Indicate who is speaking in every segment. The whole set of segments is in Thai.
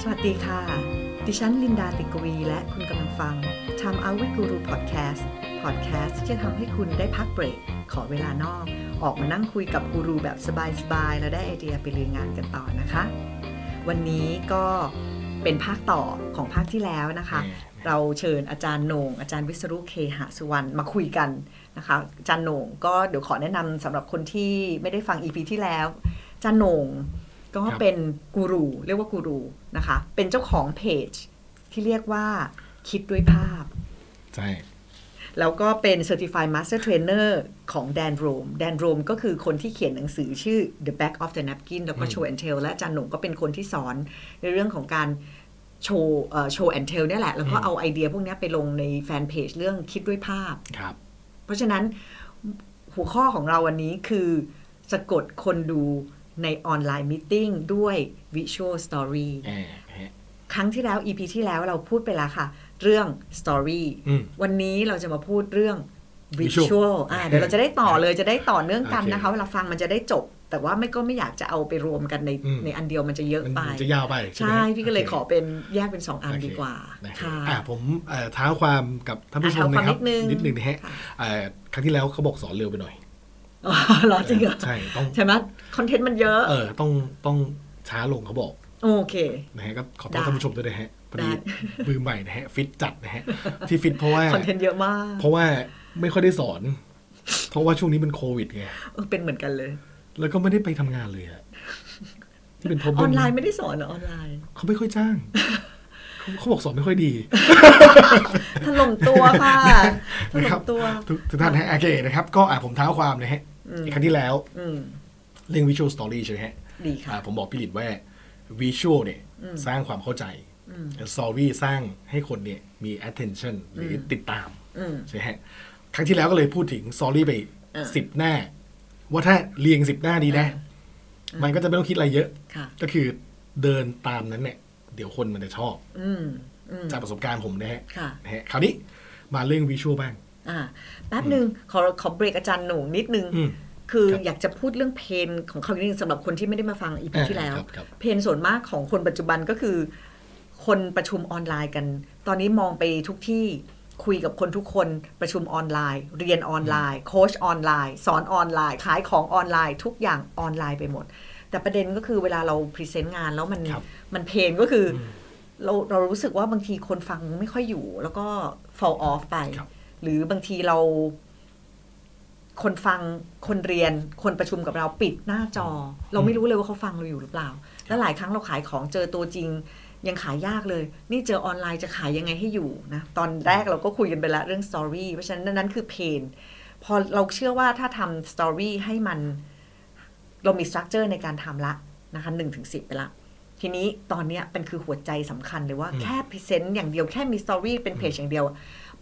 Speaker 1: สวัสดีค่ะ ดิฉันลินดาติกวี และคุณกำลังฟัง Time Out with Guru Podcast Podcast ที่จะทำให้คุณได้พักเบรก ขอเวลานอก ออกมานั่งคุยกับกูรูแบบสบายๆ แล้วได้ไอเดียไปลุยงานกันต่อนะคะ วันนี้ก็เป็นภาคต่อของภาคที่แล้วนะคะ เราเชิญอาจารย์โหน่งอาจารย์วิศรุเคหสุวรรณมาคุยกันนะคะ อาจารย์โหน่งก็เดี๋ยวขอแนะนำสำหรับคนที่ไม่ได้ฟัง EP ที่แล้ว อาจารย์โหน่งก็
Speaker 2: ครับ
Speaker 1: เป็นกูรูเรียกว่ากูรูนะคะ เป็นเจ้าของเพจที่เรียกว่าคิดด้วยภาพ
Speaker 2: ใช่
Speaker 1: แล้วก็เป็น Certified Master Trainer ของแดนโรมแดนโรมก็คือคนที่เขียนหนังสือชื่อ The Back of the Napkin แล้วก็ Show and Tell และอาจารย์หนุ่มก็เป็นคนที่สอนในเรื่องของการโชว์เอ่อ Show and Tell เนี่ยแหละ แล้วก็
Speaker 2: อืม
Speaker 1: เอาไอเดียพวกเนี้ยไปลงในแฟนเพจเรื่องคิดด้วยภาพ
Speaker 2: ครับ
Speaker 1: เพราะฉะนั้นหัวข้อของเราวันนี้คือสะกดคนดูในออนไลน์มิ g ด้วย Visual Story
Speaker 2: เออเอ๊ะ
Speaker 1: ครั้งที่แล้ว EP ที่แล้วเราพูดไปแล้วค่ะ เรื่อง Story
Speaker 2: อืม
Speaker 1: วันนี้เราจะมาพูดเรื่อง
Speaker 2: Visual
Speaker 1: Visual อ่าเดี๋ยวเราจะได้ต่อเลยจะได้ต่อเนื่องกัน
Speaker 2: โอเค
Speaker 1: นะคะ เวลาฟังมันจะได้จบ แต่ว่าไม่ก็ไม่อยากจะเอาไปรวมกันใน
Speaker 2: อืม
Speaker 1: ในอันเดียวมันจะเยอะ
Speaker 2: มัน
Speaker 1: ไป
Speaker 2: จะยาวไป
Speaker 1: ใช่พี่ก็เลยขอเป็นแยกเป็น 2 อัน
Speaker 2: โเค
Speaker 1: ดีกว่า
Speaker 2: นะครับ
Speaker 1: ค่ะ
Speaker 2: อ่ะผมเอ่อท้าความกับท่านผู้ชม
Speaker 1: อ่ะท้าความ
Speaker 2: นะครับ
Speaker 1: นิดนึง
Speaker 2: นิดนึงนะฮะ
Speaker 1: ค่ะ
Speaker 2: เอ่อครั้งที่แล้วเขาบอกสอนเร็วไปหน่อย
Speaker 1: อ๋อเหรอจริงเหรอ
Speaker 2: ใช่ต้อง
Speaker 1: ใช่ไหมคอนเทนต์มันเยอะ
Speaker 2: เออต้องต้องช้าลงเขาบอก
Speaker 1: โอเค
Speaker 2: นะฮะก็ขอโท
Speaker 1: ได้
Speaker 2: ษท่านผู้ชมด้วยนะฮะพอดี
Speaker 1: ได้
Speaker 2: มือใหม่นะฮะฟิตจัดนะฮะที่ฟิต เพราะว่า
Speaker 1: คอนเทนต์เยอะมาก
Speaker 2: เพราะว่าไม่ค่อยได้สอน เพราะว่าช่วงนี้เป็นโควิดไง
Speaker 1: เออเป็นเหมือนกันเลย
Speaker 2: แล้วก็ไม่ได้ไปทำงานเลยอะที่เป็น
Speaker 1: อ
Speaker 2: problem
Speaker 1: อนไลน์ไม่ได้สอนเหรอออนไลน์
Speaker 2: เขาไม่ค่อยจ้างเขาเขาบอกสอนไม่ค่อย ดี
Speaker 1: ถล่มตัวค่ะถ
Speaker 2: นะค
Speaker 1: ล่
Speaker 2: รับ
Speaker 1: มตัว
Speaker 2: ทุกทุกท่านฮะโอเคนะครับ ก็อ่ะผมเท้าความนะฮะครั้งที่แล้ว
Speaker 1: อืม
Speaker 2: เรื่อง visual story ใช่ไหมฮะ
Speaker 1: ดีค่ะ
Speaker 2: อ่ะผมบอกพี่หลินว่า visual เนี่ยสร้างความเข้าใจ story สร้างให้คนเนี่ยมี attention หรือติดตาม
Speaker 1: อืม
Speaker 2: ใช่ไหมฮะครั้งที่แล้วก็เลยพูดถึง story ไป
Speaker 1: เออ
Speaker 2: สิบหน้า ว่าถ้าเรียงสิบหน้าดีนะ
Speaker 1: เออ
Speaker 2: มันก็จะไม่ต้องคิดอะไรเยอะ
Speaker 1: ค่ะ
Speaker 2: ก็คือเดินตามนั้นเนี่ยเดี๋ยวคนมันจะชอบ
Speaker 1: อืมอืม
Speaker 2: จากประสบการณ์ผมนะฮะ
Speaker 1: ค่ะ
Speaker 2: นะฮะคราวนี้มาเรื่องวิชวลบ้าง
Speaker 1: อ่าแป๊บหนึ่งขอขอเบรกอาจารย์หนุ่งนิดนึง
Speaker 2: อืม
Speaker 1: คือ
Speaker 2: ครับ
Speaker 1: อยากจะพูดเรื่องเพนของเขานิดนึงสำหรับคนที่ไม่ได้มาฟังอีพี
Speaker 2: อ่า
Speaker 1: ที่แล้ว
Speaker 2: ครับครับ
Speaker 1: เพนส่วนมากของคนปัจจุบันก็คือ คนประชุมออนไลน์กัน ตอนนี้มองไปทุกที่คุยกับคนทุกคนประชุมออนไลน์ เรียนออนไลน์โค้ชออนไลน์ สอนออนไลน์ ขายของออนไลน์ ทุกอย่างออนไลน์ไปหมด แต่ประเด็นก็คือเวลาเราพรีเซนต์งานแล้วมัน
Speaker 2: ครับ
Speaker 1: มันเพนก็คืออเราเรารู้สึกว่าบางทีคนฟังไม่ค่อยอยู่ แล้วก็ fall off ไป
Speaker 2: ครับ
Speaker 1: หรือบางทีเรา คนฟังคนเรียนคนประชุมกับเราปิดหน้าจอ เราไม่รู้เลยว่าเขาฟังเราอยู่หรือเปล่า แล้วหลายครั้งเราขายของเจอตัวจริง ยังขายยากเลย นี่เจอออนไลน์จะขายยังไงให้อยู่นะ ตอนแรกเราก็คุยกันไปแล้วเรื่องสตอรี่เพราะฉะนั้นนั้นคือเพนพอเราเชื่อว่าถ้าทำสตอรี่ให้มัน เรามีสตรัคเจอร์ในการทำละนะคะหนึ่งถึงสิบไปละ ทีนี้ตอนเนี้ยเป็นคือหัวใจสำคัญเลยว่าแค่พรีเซนต์อย่างเดียวแค่มีสตอรี่เป็นเพจอย่างเดียว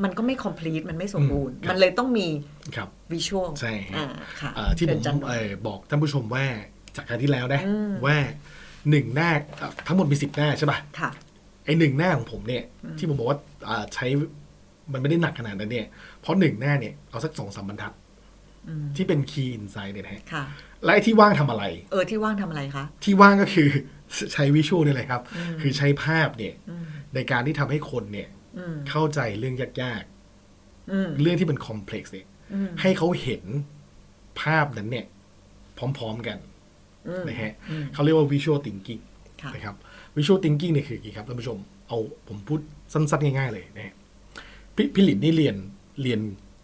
Speaker 1: มันก็ไม่คอมพลีทมันไม่สมบูรณ์
Speaker 2: อืมครับ
Speaker 1: มันเลยต้องมี
Speaker 2: ครับ
Speaker 1: วิชวล
Speaker 2: ใช่ฮะ
Speaker 1: อ่าค่ะ
Speaker 2: เอ่อที่ผ
Speaker 1: เชิ
Speaker 2: ม
Speaker 1: ญจัน
Speaker 2: เอ่อบอกท่านผู้ชมว่าจากครั้งที่แล้วนะ
Speaker 1: อืม
Speaker 2: ว่าหนึ่งหน้าเอ่อทั้งหมดมีสิบหน้าใช่ป่ะ
Speaker 1: ค่ะ
Speaker 2: ไอหนึ่งหน้าของผมเนี่ย ที่ผมบอกว่าอ่าใช้มันไม่ได้หนักขนาดนั้นเนี่ยเพราะหนึ่งหน้าเนี่ยเอาสักสองสามบรรทัด
Speaker 1: อืม
Speaker 2: ที่เป็น key insight เนี่ยนะฮะ
Speaker 1: ค่ะ
Speaker 2: และไอที่ว่างทำอะไร
Speaker 1: เออที่ว่างทำอะไรคะ
Speaker 2: ที่ว่างก็คือ ใช้วิชวลนี่แหละครับ คือใช้ภาพเนี่ยในการที่ทำให้คนเนี่ย
Speaker 1: อืม
Speaker 2: เข้าใจเรื่องยากๆ
Speaker 1: อืม
Speaker 2: เรื่องที่เป็นคอมเพล็กซ์เนี่ย
Speaker 1: อืม
Speaker 2: ให้เขาเห็นภาพนั้นเนี่ย พร้อมๆกัน
Speaker 1: อืม
Speaker 2: นะฮะเขาเรียกว่าวิชวล h ิงกิ้ง
Speaker 1: ค่ะ
Speaker 2: นะครับวิชวล h ิงกิ้งเนี่ยคืออย่างนี้ครับท่านผู้ชม เอาผมพูดสั้นๆ ง่ายๆเลยนะฮะพี่พี่หลินนี่เรียนเรียน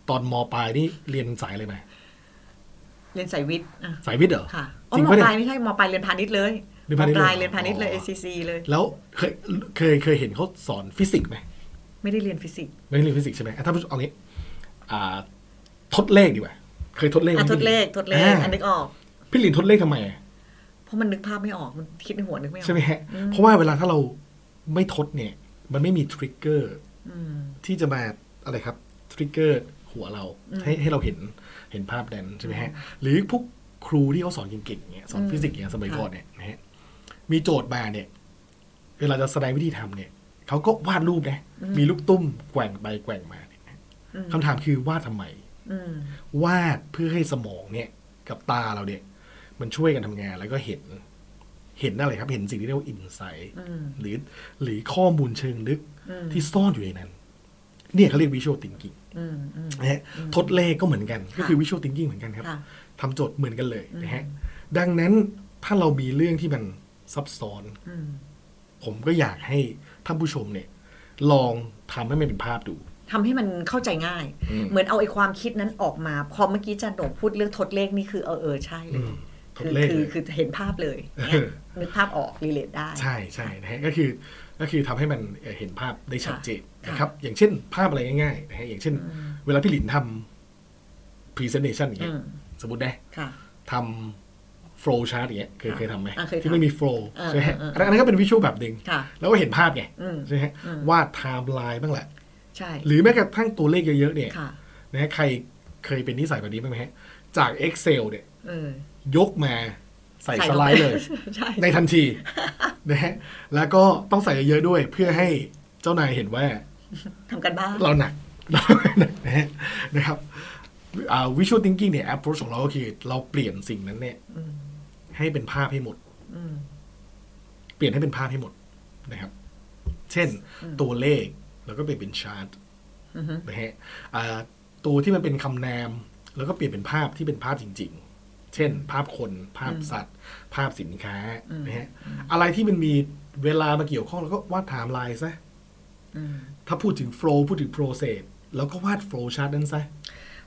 Speaker 2: ตอนมปลายนี่เรียนสายอะไรมา
Speaker 1: เรียนสายวิทย์อ่ะ
Speaker 2: สายวิทย์เหรอ
Speaker 1: ค่ะอ๋อ
Speaker 2: จริ
Speaker 1: ม
Speaker 2: ง
Speaker 1: ป
Speaker 2: ปะเนี่
Speaker 1: ลาย
Speaker 2: ย
Speaker 1: ไม่ใช่มปลายเรียนพาณิชย์เลย
Speaker 2: เรียนพาณิชย์
Speaker 1: มป
Speaker 2: เลย
Speaker 1: ลายเรียนพาณิชย์เลย
Speaker 2: อ๋อ
Speaker 1: ACC เลย
Speaker 2: แล้วเคยเคยเคยเห็นเขาสอนฟิสิกส์ไหม
Speaker 1: ไม่ได้เรียนฟิสิกส์
Speaker 2: ไม่ได้เรียนฟิสิกส์ใช่ไหมอ่ะท่านผู้ชมเอางี้อ่า ทดเลขดีกว่าเคยทดเลขไหม
Speaker 1: อ่ะทด
Speaker 2: พี่หน
Speaker 1: เลขทดเลข
Speaker 2: อ่า
Speaker 1: อันนึกออก
Speaker 2: พี่หลินทดเลขทำไมอ่ะ
Speaker 1: เพราะมันนึกภาพไม่ออกมันคิดในหัวนึกไม่ออก
Speaker 2: ใช่ไหมฮะ เพราะว่าเวลาถ้าเราไม่ทดเนี่ย มันไม่มีทริกเกอร์
Speaker 1: อืม
Speaker 2: ที่จะมาอะไรครับทริกเกอร์หัวเราให้ให้เราเห็นเห็นภาพนั้นใช่ไหมฮะ หรือพวกครูที่เขาสอนเก่งๆเนี่ยสอนฟิสิกส์อย่างสมัยก่อนเนี่ยนะฮะมีโจทย์มาเนี่ย เวลาจะแสดงวิธีทำเนี่ยเขาก็วาดรูปนะมีลูกตุ้มแกว่งไปแกว่งมาเนี่ยนะ
Speaker 1: อืม
Speaker 2: คำถามคือวาดทำไม
Speaker 1: อืม
Speaker 2: วาดเพื่อให้สมองเนี่ย กับตาเราเนี่ย มันช่วยกันทำงานแล้วก็เห็น เห็นอะไรครับ เห็นสิ่งที่เรียกว่าอินไซต์
Speaker 1: อืม
Speaker 2: หรือหรือข้อมูลเชิงลึก
Speaker 1: อืม
Speaker 2: ที่ซ่อนอยู่ในนั้น เนี่ยเขาเรียกวิชวล h ิงกิ้ง
Speaker 1: อืมอืม
Speaker 2: นะฮะทดเลขก็เหมือนกัน
Speaker 1: ค่ะ
Speaker 2: ก็คือวิชวล h ิงกิ้งเหมือนกันครับ
Speaker 1: ค่ะ
Speaker 2: ทำโจทย์เหมือนกันเลย
Speaker 1: อืม
Speaker 2: นะฮะดังนั้นถ้าเรามีเรื่องที่มันซับซ้อน
Speaker 1: อืม
Speaker 2: ผมก็อยากให้ท่านผู้ชมเนี่ย ลองทำให้มันเป็นภาพดู
Speaker 1: ทำให้มันเข้าใจง่าย
Speaker 2: อืม
Speaker 1: เหมือนเอาไอ้ความคิดนั้นออกมา พอเมื่อกี้จันโดงพูดเรื่องทดเลขนี่คือเออเออใช่เล
Speaker 2: อื
Speaker 1: ย
Speaker 2: มท
Speaker 1: คื
Speaker 2: ด
Speaker 1: อ
Speaker 2: เลข
Speaker 1: คื
Speaker 2: เล
Speaker 1: อย คือเห็นภาพเลยเนี่ย
Speaker 2: เออ
Speaker 1: นึกภาพออกรีเลทได้
Speaker 2: ใช่ใช่นะฮะก็คือก็คือทำให้มันเอ่อเห็นภาพได้ชัดเจน
Speaker 1: ค่ะ
Speaker 2: นะครับ อย่างเช่น ภาพอะไรง่ายๆนะฮะอย่างเช่น
Speaker 1: อืม
Speaker 2: เวลาพี่หลินทำ presentation อย่างเงี้ย
Speaker 1: อืม
Speaker 2: สมมตินะ
Speaker 1: ค่ะ
Speaker 2: ทำ flow chart อย่างเงี้ยเคย
Speaker 1: ค่ะ
Speaker 2: เคยทำไหม
Speaker 1: อ่ะเคยทำ
Speaker 2: ที่ไม่มี flow
Speaker 1: เออ
Speaker 2: ใช่ไหมฮะ
Speaker 1: เออเอออั
Speaker 2: อันนั้นก็เป็นวิชวลแบบหนึ่ง
Speaker 1: ค่ะ
Speaker 2: แล้วก็เห็นภาพไง
Speaker 1: อืม
Speaker 2: ใช่ไหมฮะ
Speaker 1: อืม
Speaker 2: วาด timeline บ้างแหละ
Speaker 1: ใช่
Speaker 2: หรือแม้กระทั่งตัวเลขเยอะๆเนี่ย
Speaker 1: ค่ะ
Speaker 2: นะฮะใครเคยเป็นนิสัยแบบนี้บ้างไหมฮะจาก Excel เนี่ย
Speaker 1: เออย
Speaker 2: กมาใส่ส
Speaker 1: ข้า
Speaker 2: ไล
Speaker 1: ป
Speaker 2: ด์เลย
Speaker 1: ใช่
Speaker 2: ในทันที นะฮะแล้วก็ต้องใส่เยอะๆด้วยเพื่อให้เจ้านายเห็นว่า
Speaker 1: ทำกันบ้าน
Speaker 2: เราหนัก เราหนักนะฮะนะครับวิชวลทิงกิ้งเนี่ยแอปโรชของเราก็คือเราเปลี่ยนสิ่งนั้นเนี่ย
Speaker 1: อืม
Speaker 2: ให้เป็นภาพให้หมด
Speaker 1: อืม
Speaker 2: เปลี่ยนให้เป็นภาพให้หมดนะครับ เช่นตัวเลขแล้วก็เปลี่ยนเป็นชาร์ต
Speaker 1: อือฮึ
Speaker 2: นะฮะอ่าตัวที่มันเป็นคำนาม แล้วก็เปลี่ยนเป็นภาพที่เป็นภาพจริง ๆ เช่น ภาพคนภาพสัตว์ ภาพสินค้านะฮะอะไรที่มันมีเวลามาเกี่ยวข้อง แล้วก็วาดไทม์ไลน์ซะ
Speaker 1: อืม
Speaker 2: ถ้าพูดถึงโฟล์พูดถึงโปรเซสแล้วก็วาดโฟล์ชาร์ตนั้นซะ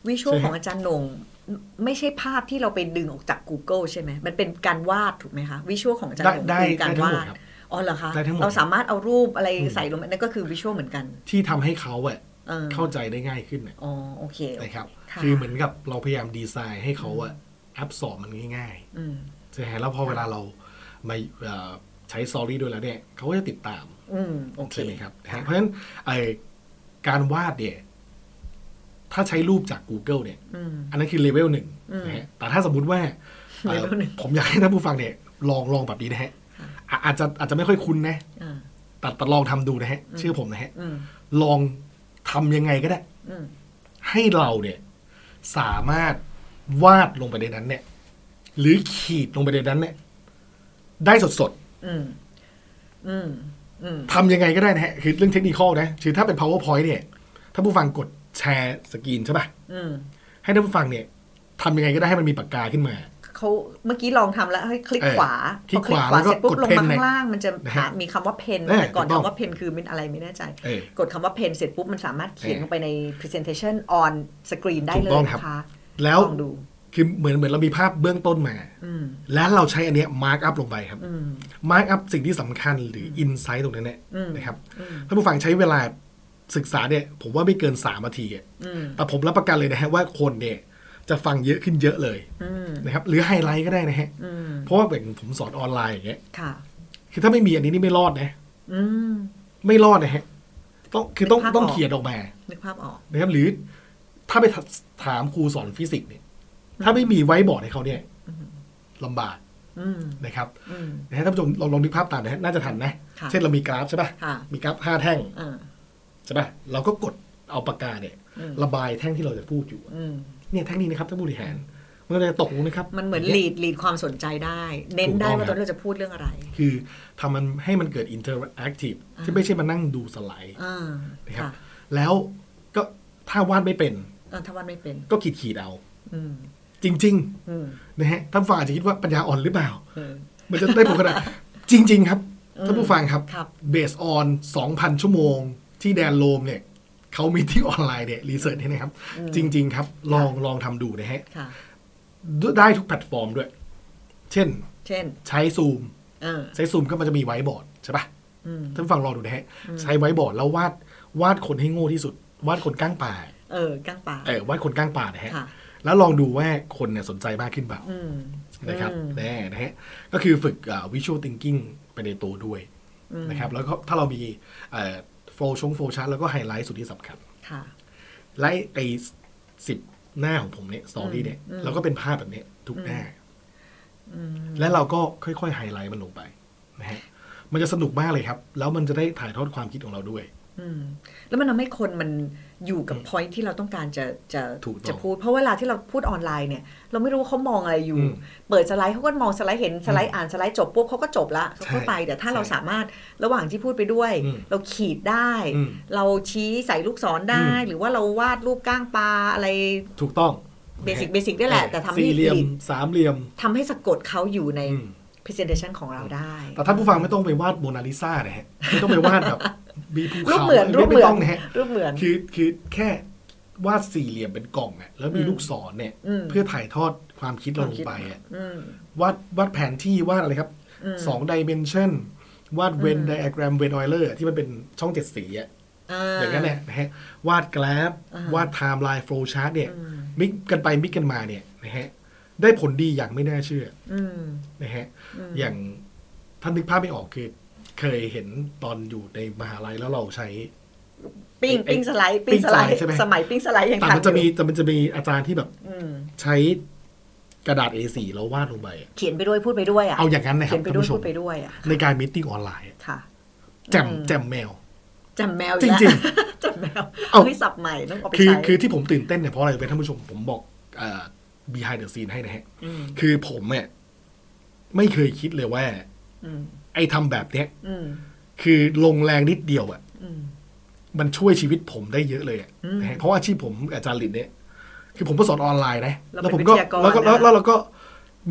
Speaker 1: วิชวล
Speaker 2: ใช่
Speaker 1: ข
Speaker 2: ฮะ
Speaker 1: องอาจารย์โหนงไม่ไม่ใช่ภาพที่เราไปดึงออกจาก Google ใช่ไหม มันเป็นการวาดถูกไหมคะ วิชวลของอาจารย์
Speaker 2: ได้
Speaker 1: โหนงคือ
Speaker 2: ได้ได้
Speaker 1: การ
Speaker 2: ทั้ง
Speaker 1: วา
Speaker 2: หมด
Speaker 1: ด
Speaker 2: ครับ
Speaker 1: อ๋อเหรอคะ
Speaker 2: ได้ทั้งหมด
Speaker 1: เราสามารถเอารูปอะไรใส่ลงไปนั่นก็คือวิชวลเหมือนกัน
Speaker 2: ที่ทำให้เขาอะ
Speaker 1: เออ
Speaker 2: เข้าใจได้ง่ายขึ้นนะ
Speaker 1: อ๋อโอเค
Speaker 2: นะครับ
Speaker 1: ค่ะ
Speaker 2: คือเหมือนกับเราพยายามดีไซน์ให้เขาอะแอปสอบมันง่าย ๆ
Speaker 1: อืม
Speaker 2: ใช่ไหมแล้วพอเวลาเรามาเอ่อใช้ซอรี่ด้วยแล้วเนี่ยเขาก็จะติดตาม
Speaker 1: อืมโอเค
Speaker 2: ใช่ไหมครับนะฮะเพราะฉะนั้นไอการวาดเนี่ย ถ้าใช้รูปจาก Google เนี่ย
Speaker 1: อืม
Speaker 2: อันนั้นคือเลเวลหนึ่งนะฮะแต่ถ้าสมมติว่าเอ่ อ
Speaker 1: level หนึ่ง
Speaker 2: ผมอยากให้ท่านผู้ฟังเนี่ย ลองลองแบบนี้นะฮะอ่ะอาจจะอาจจะไม่ค่อยคุ้นนะ
Speaker 1: อ่า
Speaker 2: แต่แต่ลองทำดูนะฮะเชื่อผมนะฮะ
Speaker 1: อืม
Speaker 2: ลองทำยังไงก็ได้
Speaker 1: อืม
Speaker 2: ให้เราเนี่ยสามารถวาดลงไปในนั้นเนี่ย หรือขีดลงไปในนั้นเนี่ย ได้สดๆ
Speaker 1: อืมอืมอืม
Speaker 2: ทำยังไงก็ได้นะฮะ คือเรื่องเทคนิคอลนะคือถ้าเป็น powerpoint เนี่ย ถ้าผู้ฟังกดแชร์สกรีนใช่ป่ะ
Speaker 1: อืม
Speaker 2: ให้ท่านผู้ฟังเนี่ยทำยังไงก็ได้ให้มันมีปากกาขึ้นมา
Speaker 1: เขาเมื่อกี้ลองทำแล้วให้คลิก
Speaker 2: เออ
Speaker 1: ขวา
Speaker 2: คลิกขวา
Speaker 1: พอ
Speaker 2: แล้วก็
Speaker 1: เสร็จปุ๊บ
Speaker 2: กด
Speaker 1: ลง
Speaker 2: pen
Speaker 1: มา
Speaker 2: เนี่
Speaker 1: ข้าย งล่างมันจะ
Speaker 2: นะ
Speaker 1: หา
Speaker 2: ฮะ
Speaker 1: มีคำว่าเพน
Speaker 2: เออ
Speaker 1: แต่ก่อน
Speaker 2: ถูกต้อง
Speaker 1: คำว่าเพนคือเป็นอะไรไม่แน่ใจ
Speaker 2: เออก
Speaker 1: ดคำว่าเพนเสร็จปุ๊บมันสามารถเขียน
Speaker 2: เออ
Speaker 1: ลงไปใน presentation on screen ได้เล
Speaker 2: ถูกต้
Speaker 1: ย
Speaker 2: องครับ
Speaker 1: นะคะ
Speaker 2: แล้ว
Speaker 1: ลองดู
Speaker 2: คือเหมือนเหมือนเรามีภาพเบื้องต้นมา
Speaker 1: อืม
Speaker 2: แล้วเราใช้อันเนี้ย mark up ลงไปครับ
Speaker 1: อืม
Speaker 2: mark up สิ่งที่สำคัญหรือ insight ตรงนั้นเนี่ย
Speaker 1: อืม
Speaker 2: นะครับ
Speaker 1: อืม
Speaker 2: ท่านผู้ฟังใช้เวลาศึกษาเนี่ย ผมว่าไม่เกิน 3 นาทีอะ
Speaker 1: อืม
Speaker 2: แต่ผมรับประกันเลยนะฮะว่าคนเนี่ยจะฟังเยอะขึ้นเยอะเลย
Speaker 1: อืม
Speaker 2: นะครับ หรือไฮไลท์ก็ได้นะฮะ
Speaker 1: อืม
Speaker 2: เพราะว่าเป็นผมสอนออนไลน์อย่างเงี้ย
Speaker 1: ค่ะ
Speaker 2: คือถ้าไม่มีอันนี้นี่ไม่รอดนะ
Speaker 1: อืม
Speaker 2: ไม่รอดนะฮะต้องคือต้อง
Speaker 1: นึกภาพ
Speaker 2: ต้อง
Speaker 1: ออก
Speaker 2: เขียนออกมา
Speaker 1: นึกภาพออก
Speaker 2: นะครับ หรือถ้าไปถถามครูสอนฟิสิกส์เนี่ย ถ้าไม่มีไว้บอร์ดให้เขาเนี่ยลำบาก
Speaker 1: อืม
Speaker 2: นะครับ
Speaker 1: อืม
Speaker 2: นะฮะท่านผู้ชมเราลองนึกภาพตามนะฮะน่าจะทันนะ
Speaker 1: ค่ะ
Speaker 2: เช่นเรามีกราฟใช่ป่ะ
Speaker 1: ค่ะ
Speaker 2: มีกราฟห้าแท่ง
Speaker 1: อ่า
Speaker 2: ใช่ป่ะ เราก็กดเอาปากกาเนี่ย
Speaker 1: อืม
Speaker 2: ระบายแท่งที่เราจะพูดอยู่อะ
Speaker 1: อืม
Speaker 2: เนี่ยแท่งนี้นะครับท่านผู้บริหารมันก็จะตกลงนะครับ
Speaker 1: มันเหมือนลีดลีดความสนใจได้ เน้นได้ว่าตอนนเราจะพูดเรื่องอะไร
Speaker 2: คือทำมันให้มันเกิดอินเทอร์แอคทีฟที่ไม่ใช่มานั่งดูสไลด์
Speaker 1: อ่า
Speaker 2: นะครับ
Speaker 1: ค่ะ
Speaker 2: แล้วก็ถ้าวาดไม่เป็น
Speaker 1: เออถ้าวันไม่เป็น
Speaker 2: ก็ขีดขีดๆเอา
Speaker 1: อืม
Speaker 2: จริง
Speaker 1: อืม
Speaker 2: ๆ นะฮะท่านผู้ฟังอาจจะคิดว่าปัญญาอ่อนหรือเปล่า
Speaker 1: เออ
Speaker 2: มันจะได้ผลขนาด จริง ๆ ครับท่านผู้ฟังครับ
Speaker 1: ครับ
Speaker 2: based on 2,000 ชั่วโมง ที่แดนโลมเนี่ยเขามีที่ออนไลน์เนี่ยรีเสิร์ชให้นะครับ จริง ๆ ครับ ลองลองทำดูนะฮะ
Speaker 1: ค่ะ
Speaker 2: ได้ทุกแพลตฟอร์มด้วย เช่น
Speaker 1: เช่น
Speaker 2: ใช้ซูม
Speaker 1: เออ
Speaker 2: ใช้ซูมก็มันจะมีไวบอร์ดใช่ปะ
Speaker 1: อืม
Speaker 2: ท่านผู้ฟังลองดูนะฮะ ใช้ไวบอร์ดแล้ววาดวาดคนให้โง่ที่สุด วาดคนก้างป่า
Speaker 1: เออก้างป่า
Speaker 2: เออวาดคนก้างป่านะฮะ
Speaker 1: ค่ะ
Speaker 2: แล้วลองดูว่าคนเนี่ยสนใจมากขึ้นเปล่า
Speaker 1: อืม
Speaker 2: นะครับ
Speaker 1: อืม
Speaker 2: แน่นะฮะก็คือฝึกวิชวล h ิงกิ้งไปในตัวด้วยนะครับแล้วก็ถ้าเรามีโฟลชงโฟลชาร์แล้วก็ไฮไลท์สุดที่สำคัญ
Speaker 1: ค่ะ
Speaker 2: ไลท์ไอ้สิบหน้าของผมเนี่ยสตอรี่เนี่ยเราก็เป็นภาพแบบเนี้ยทุกหน้า และเราก็ค่อยๆไฮไลท์มันลงไปนะฮะมันจะสนุกมากเลยครับ แล้วมันจะได้ถ่ายทอดความคิดของเราด้วย
Speaker 1: อืมแล้วมันทำให้คนมันอยู่กับ point ที่เราต้องการจะจะ
Speaker 2: ถูกต้อง
Speaker 1: จะพูด เพราะเวลาที่เราพูดออนไลน์เนี่ย เราไม่รู้ว่าเขามองอะไรอยู่
Speaker 2: อืม
Speaker 1: เปิดสไลด์เขาก็มองสไลด์เห็นสไลด์อ่านสไลด์จบปุ๊บเขาก็จบละเขาก็ไปแต่ถ้าเราสามารถระหว่างที่พูดไปด้วย
Speaker 2: อืม
Speaker 1: เราขีดได้
Speaker 2: อืม
Speaker 1: เราชี้ใส่ลูกศรได้
Speaker 2: อืม
Speaker 1: หรือว่าเราวาดรูปก้างปลาอะไร
Speaker 2: ถูกต้อง
Speaker 1: เบสิกเบสิกได้แหละ แต่ทำให้
Speaker 2: สี่เหลี่ยม
Speaker 1: ลิง
Speaker 2: สามเหลี่ยม
Speaker 1: ทำให้สะกดเขาอยู่ใน
Speaker 2: อืม
Speaker 1: presentation ของเราได้
Speaker 2: แต่ท่านผู้ฟังไม่ต้องไปวาดโมนาลิซานะฮะไม่ต้องไปวาด แบบมีภู
Speaker 1: รูป
Speaker 2: เขา
Speaker 1: เหมือนรูปเห
Speaker 2: ไม่
Speaker 1: มือ
Speaker 2: ต้
Speaker 1: น
Speaker 2: องนะฮะ
Speaker 1: รูปเหมือน
Speaker 2: คือคือแค่วาดสี่เหลี่ยมเป็นกล่องอะแล้วมี
Speaker 1: อืม
Speaker 2: ลูกศรเนี่ย
Speaker 1: อืม
Speaker 2: เพื่อถ่ายทอดความคิดเราลงไปอะ
Speaker 1: อืม
Speaker 2: วาดวาดแผนที่วาดอะไรครับ
Speaker 1: อืม
Speaker 2: สองดิเมนชันวาดเวนไดอะแกรมเวนออยเลอร์ที่มันเป็นช่องเจ็ดสีอะ
Speaker 1: อ่า
Speaker 2: อย่างนั้นแหละนะฮะวาดกราฟ
Speaker 1: อ่าว
Speaker 2: าดไทม์ไลน์โฟล์ชาร์ตเนี่ย
Speaker 1: อืม
Speaker 2: มิกกันไปมิกกันมาเนี่ยนะฮะได้ผลดีอย่างไม่น่าเชื่อ
Speaker 1: อืม
Speaker 2: นะฮะ
Speaker 1: อืม
Speaker 2: อย่างท่านนึกภาพไม่ออกคือเคยเห็นตอนอยู่ในมหาลัยแล้วเราใช้
Speaker 1: ปิ้ง
Speaker 2: ไอ้
Speaker 1: ปิ้งสไลด์
Speaker 2: ปิ้
Speaker 1: ปิ้งส
Speaker 2: ง
Speaker 1: ไล
Speaker 2: สไลด์
Speaker 1: ด์
Speaker 2: ใช่ไหม
Speaker 1: สมัยปิ้งสไลด์ยัง
Speaker 2: แต่
Speaker 1: ทัน
Speaker 2: มันจะมี
Speaker 1: อยู่
Speaker 2: แต่มันจะมีอาจารย์ที่แบบ
Speaker 1: อืม
Speaker 2: ใช้กระดาษ A4 แล้ววาดลงไปอะ
Speaker 1: เขียนไปด้วยพูดไปด้วยอ่ะ
Speaker 2: เอาอย่างนั้นนะครั
Speaker 1: เขียนไป
Speaker 2: บท่าน
Speaker 1: ด้วย
Speaker 2: ผู้ช
Speaker 1: พู
Speaker 2: ม
Speaker 1: ดไปด้วยอ่ะ
Speaker 2: ในการมิ팅ออนไลน์อะ
Speaker 1: ค่ะ
Speaker 2: แจมแจมแมว
Speaker 1: จำแมวอีกแล้ว
Speaker 2: จริง
Speaker 1: จำแมว
Speaker 2: เอา
Speaker 1: เฮ้ยสับใหม่ต้องเอาไป
Speaker 2: คือ
Speaker 1: ใช้
Speaker 2: คือที่ผมตื่นเต้นเนี่ยเพราะอะไรเป็นท่านผู้ชมผมบอกเอ่อ behind the scene ให้นะฮะ
Speaker 1: ม
Speaker 2: คือผมเนี่ยไม่เคยคิดเลยว่า
Speaker 1: อืม
Speaker 2: ไอ้ทำแบบเนี้ย
Speaker 1: อืม
Speaker 2: คือลงแรงนิดเดียวอะ
Speaker 1: อืม
Speaker 2: มันช่วยชีวิตผมได้เยอะเลยอะ
Speaker 1: อืม
Speaker 2: นะฮะเพราะว่าอาชีพผมอาจารย์ลินเนี่ย คือผมก็สอนออนไลน์นะ
Speaker 1: เรา
Speaker 2: แล้วผม
Speaker 1: เป็น
Speaker 2: ก็
Speaker 1: วิทยากร
Speaker 2: แล้วก็
Speaker 1: นะ
Speaker 2: แล้วเราก็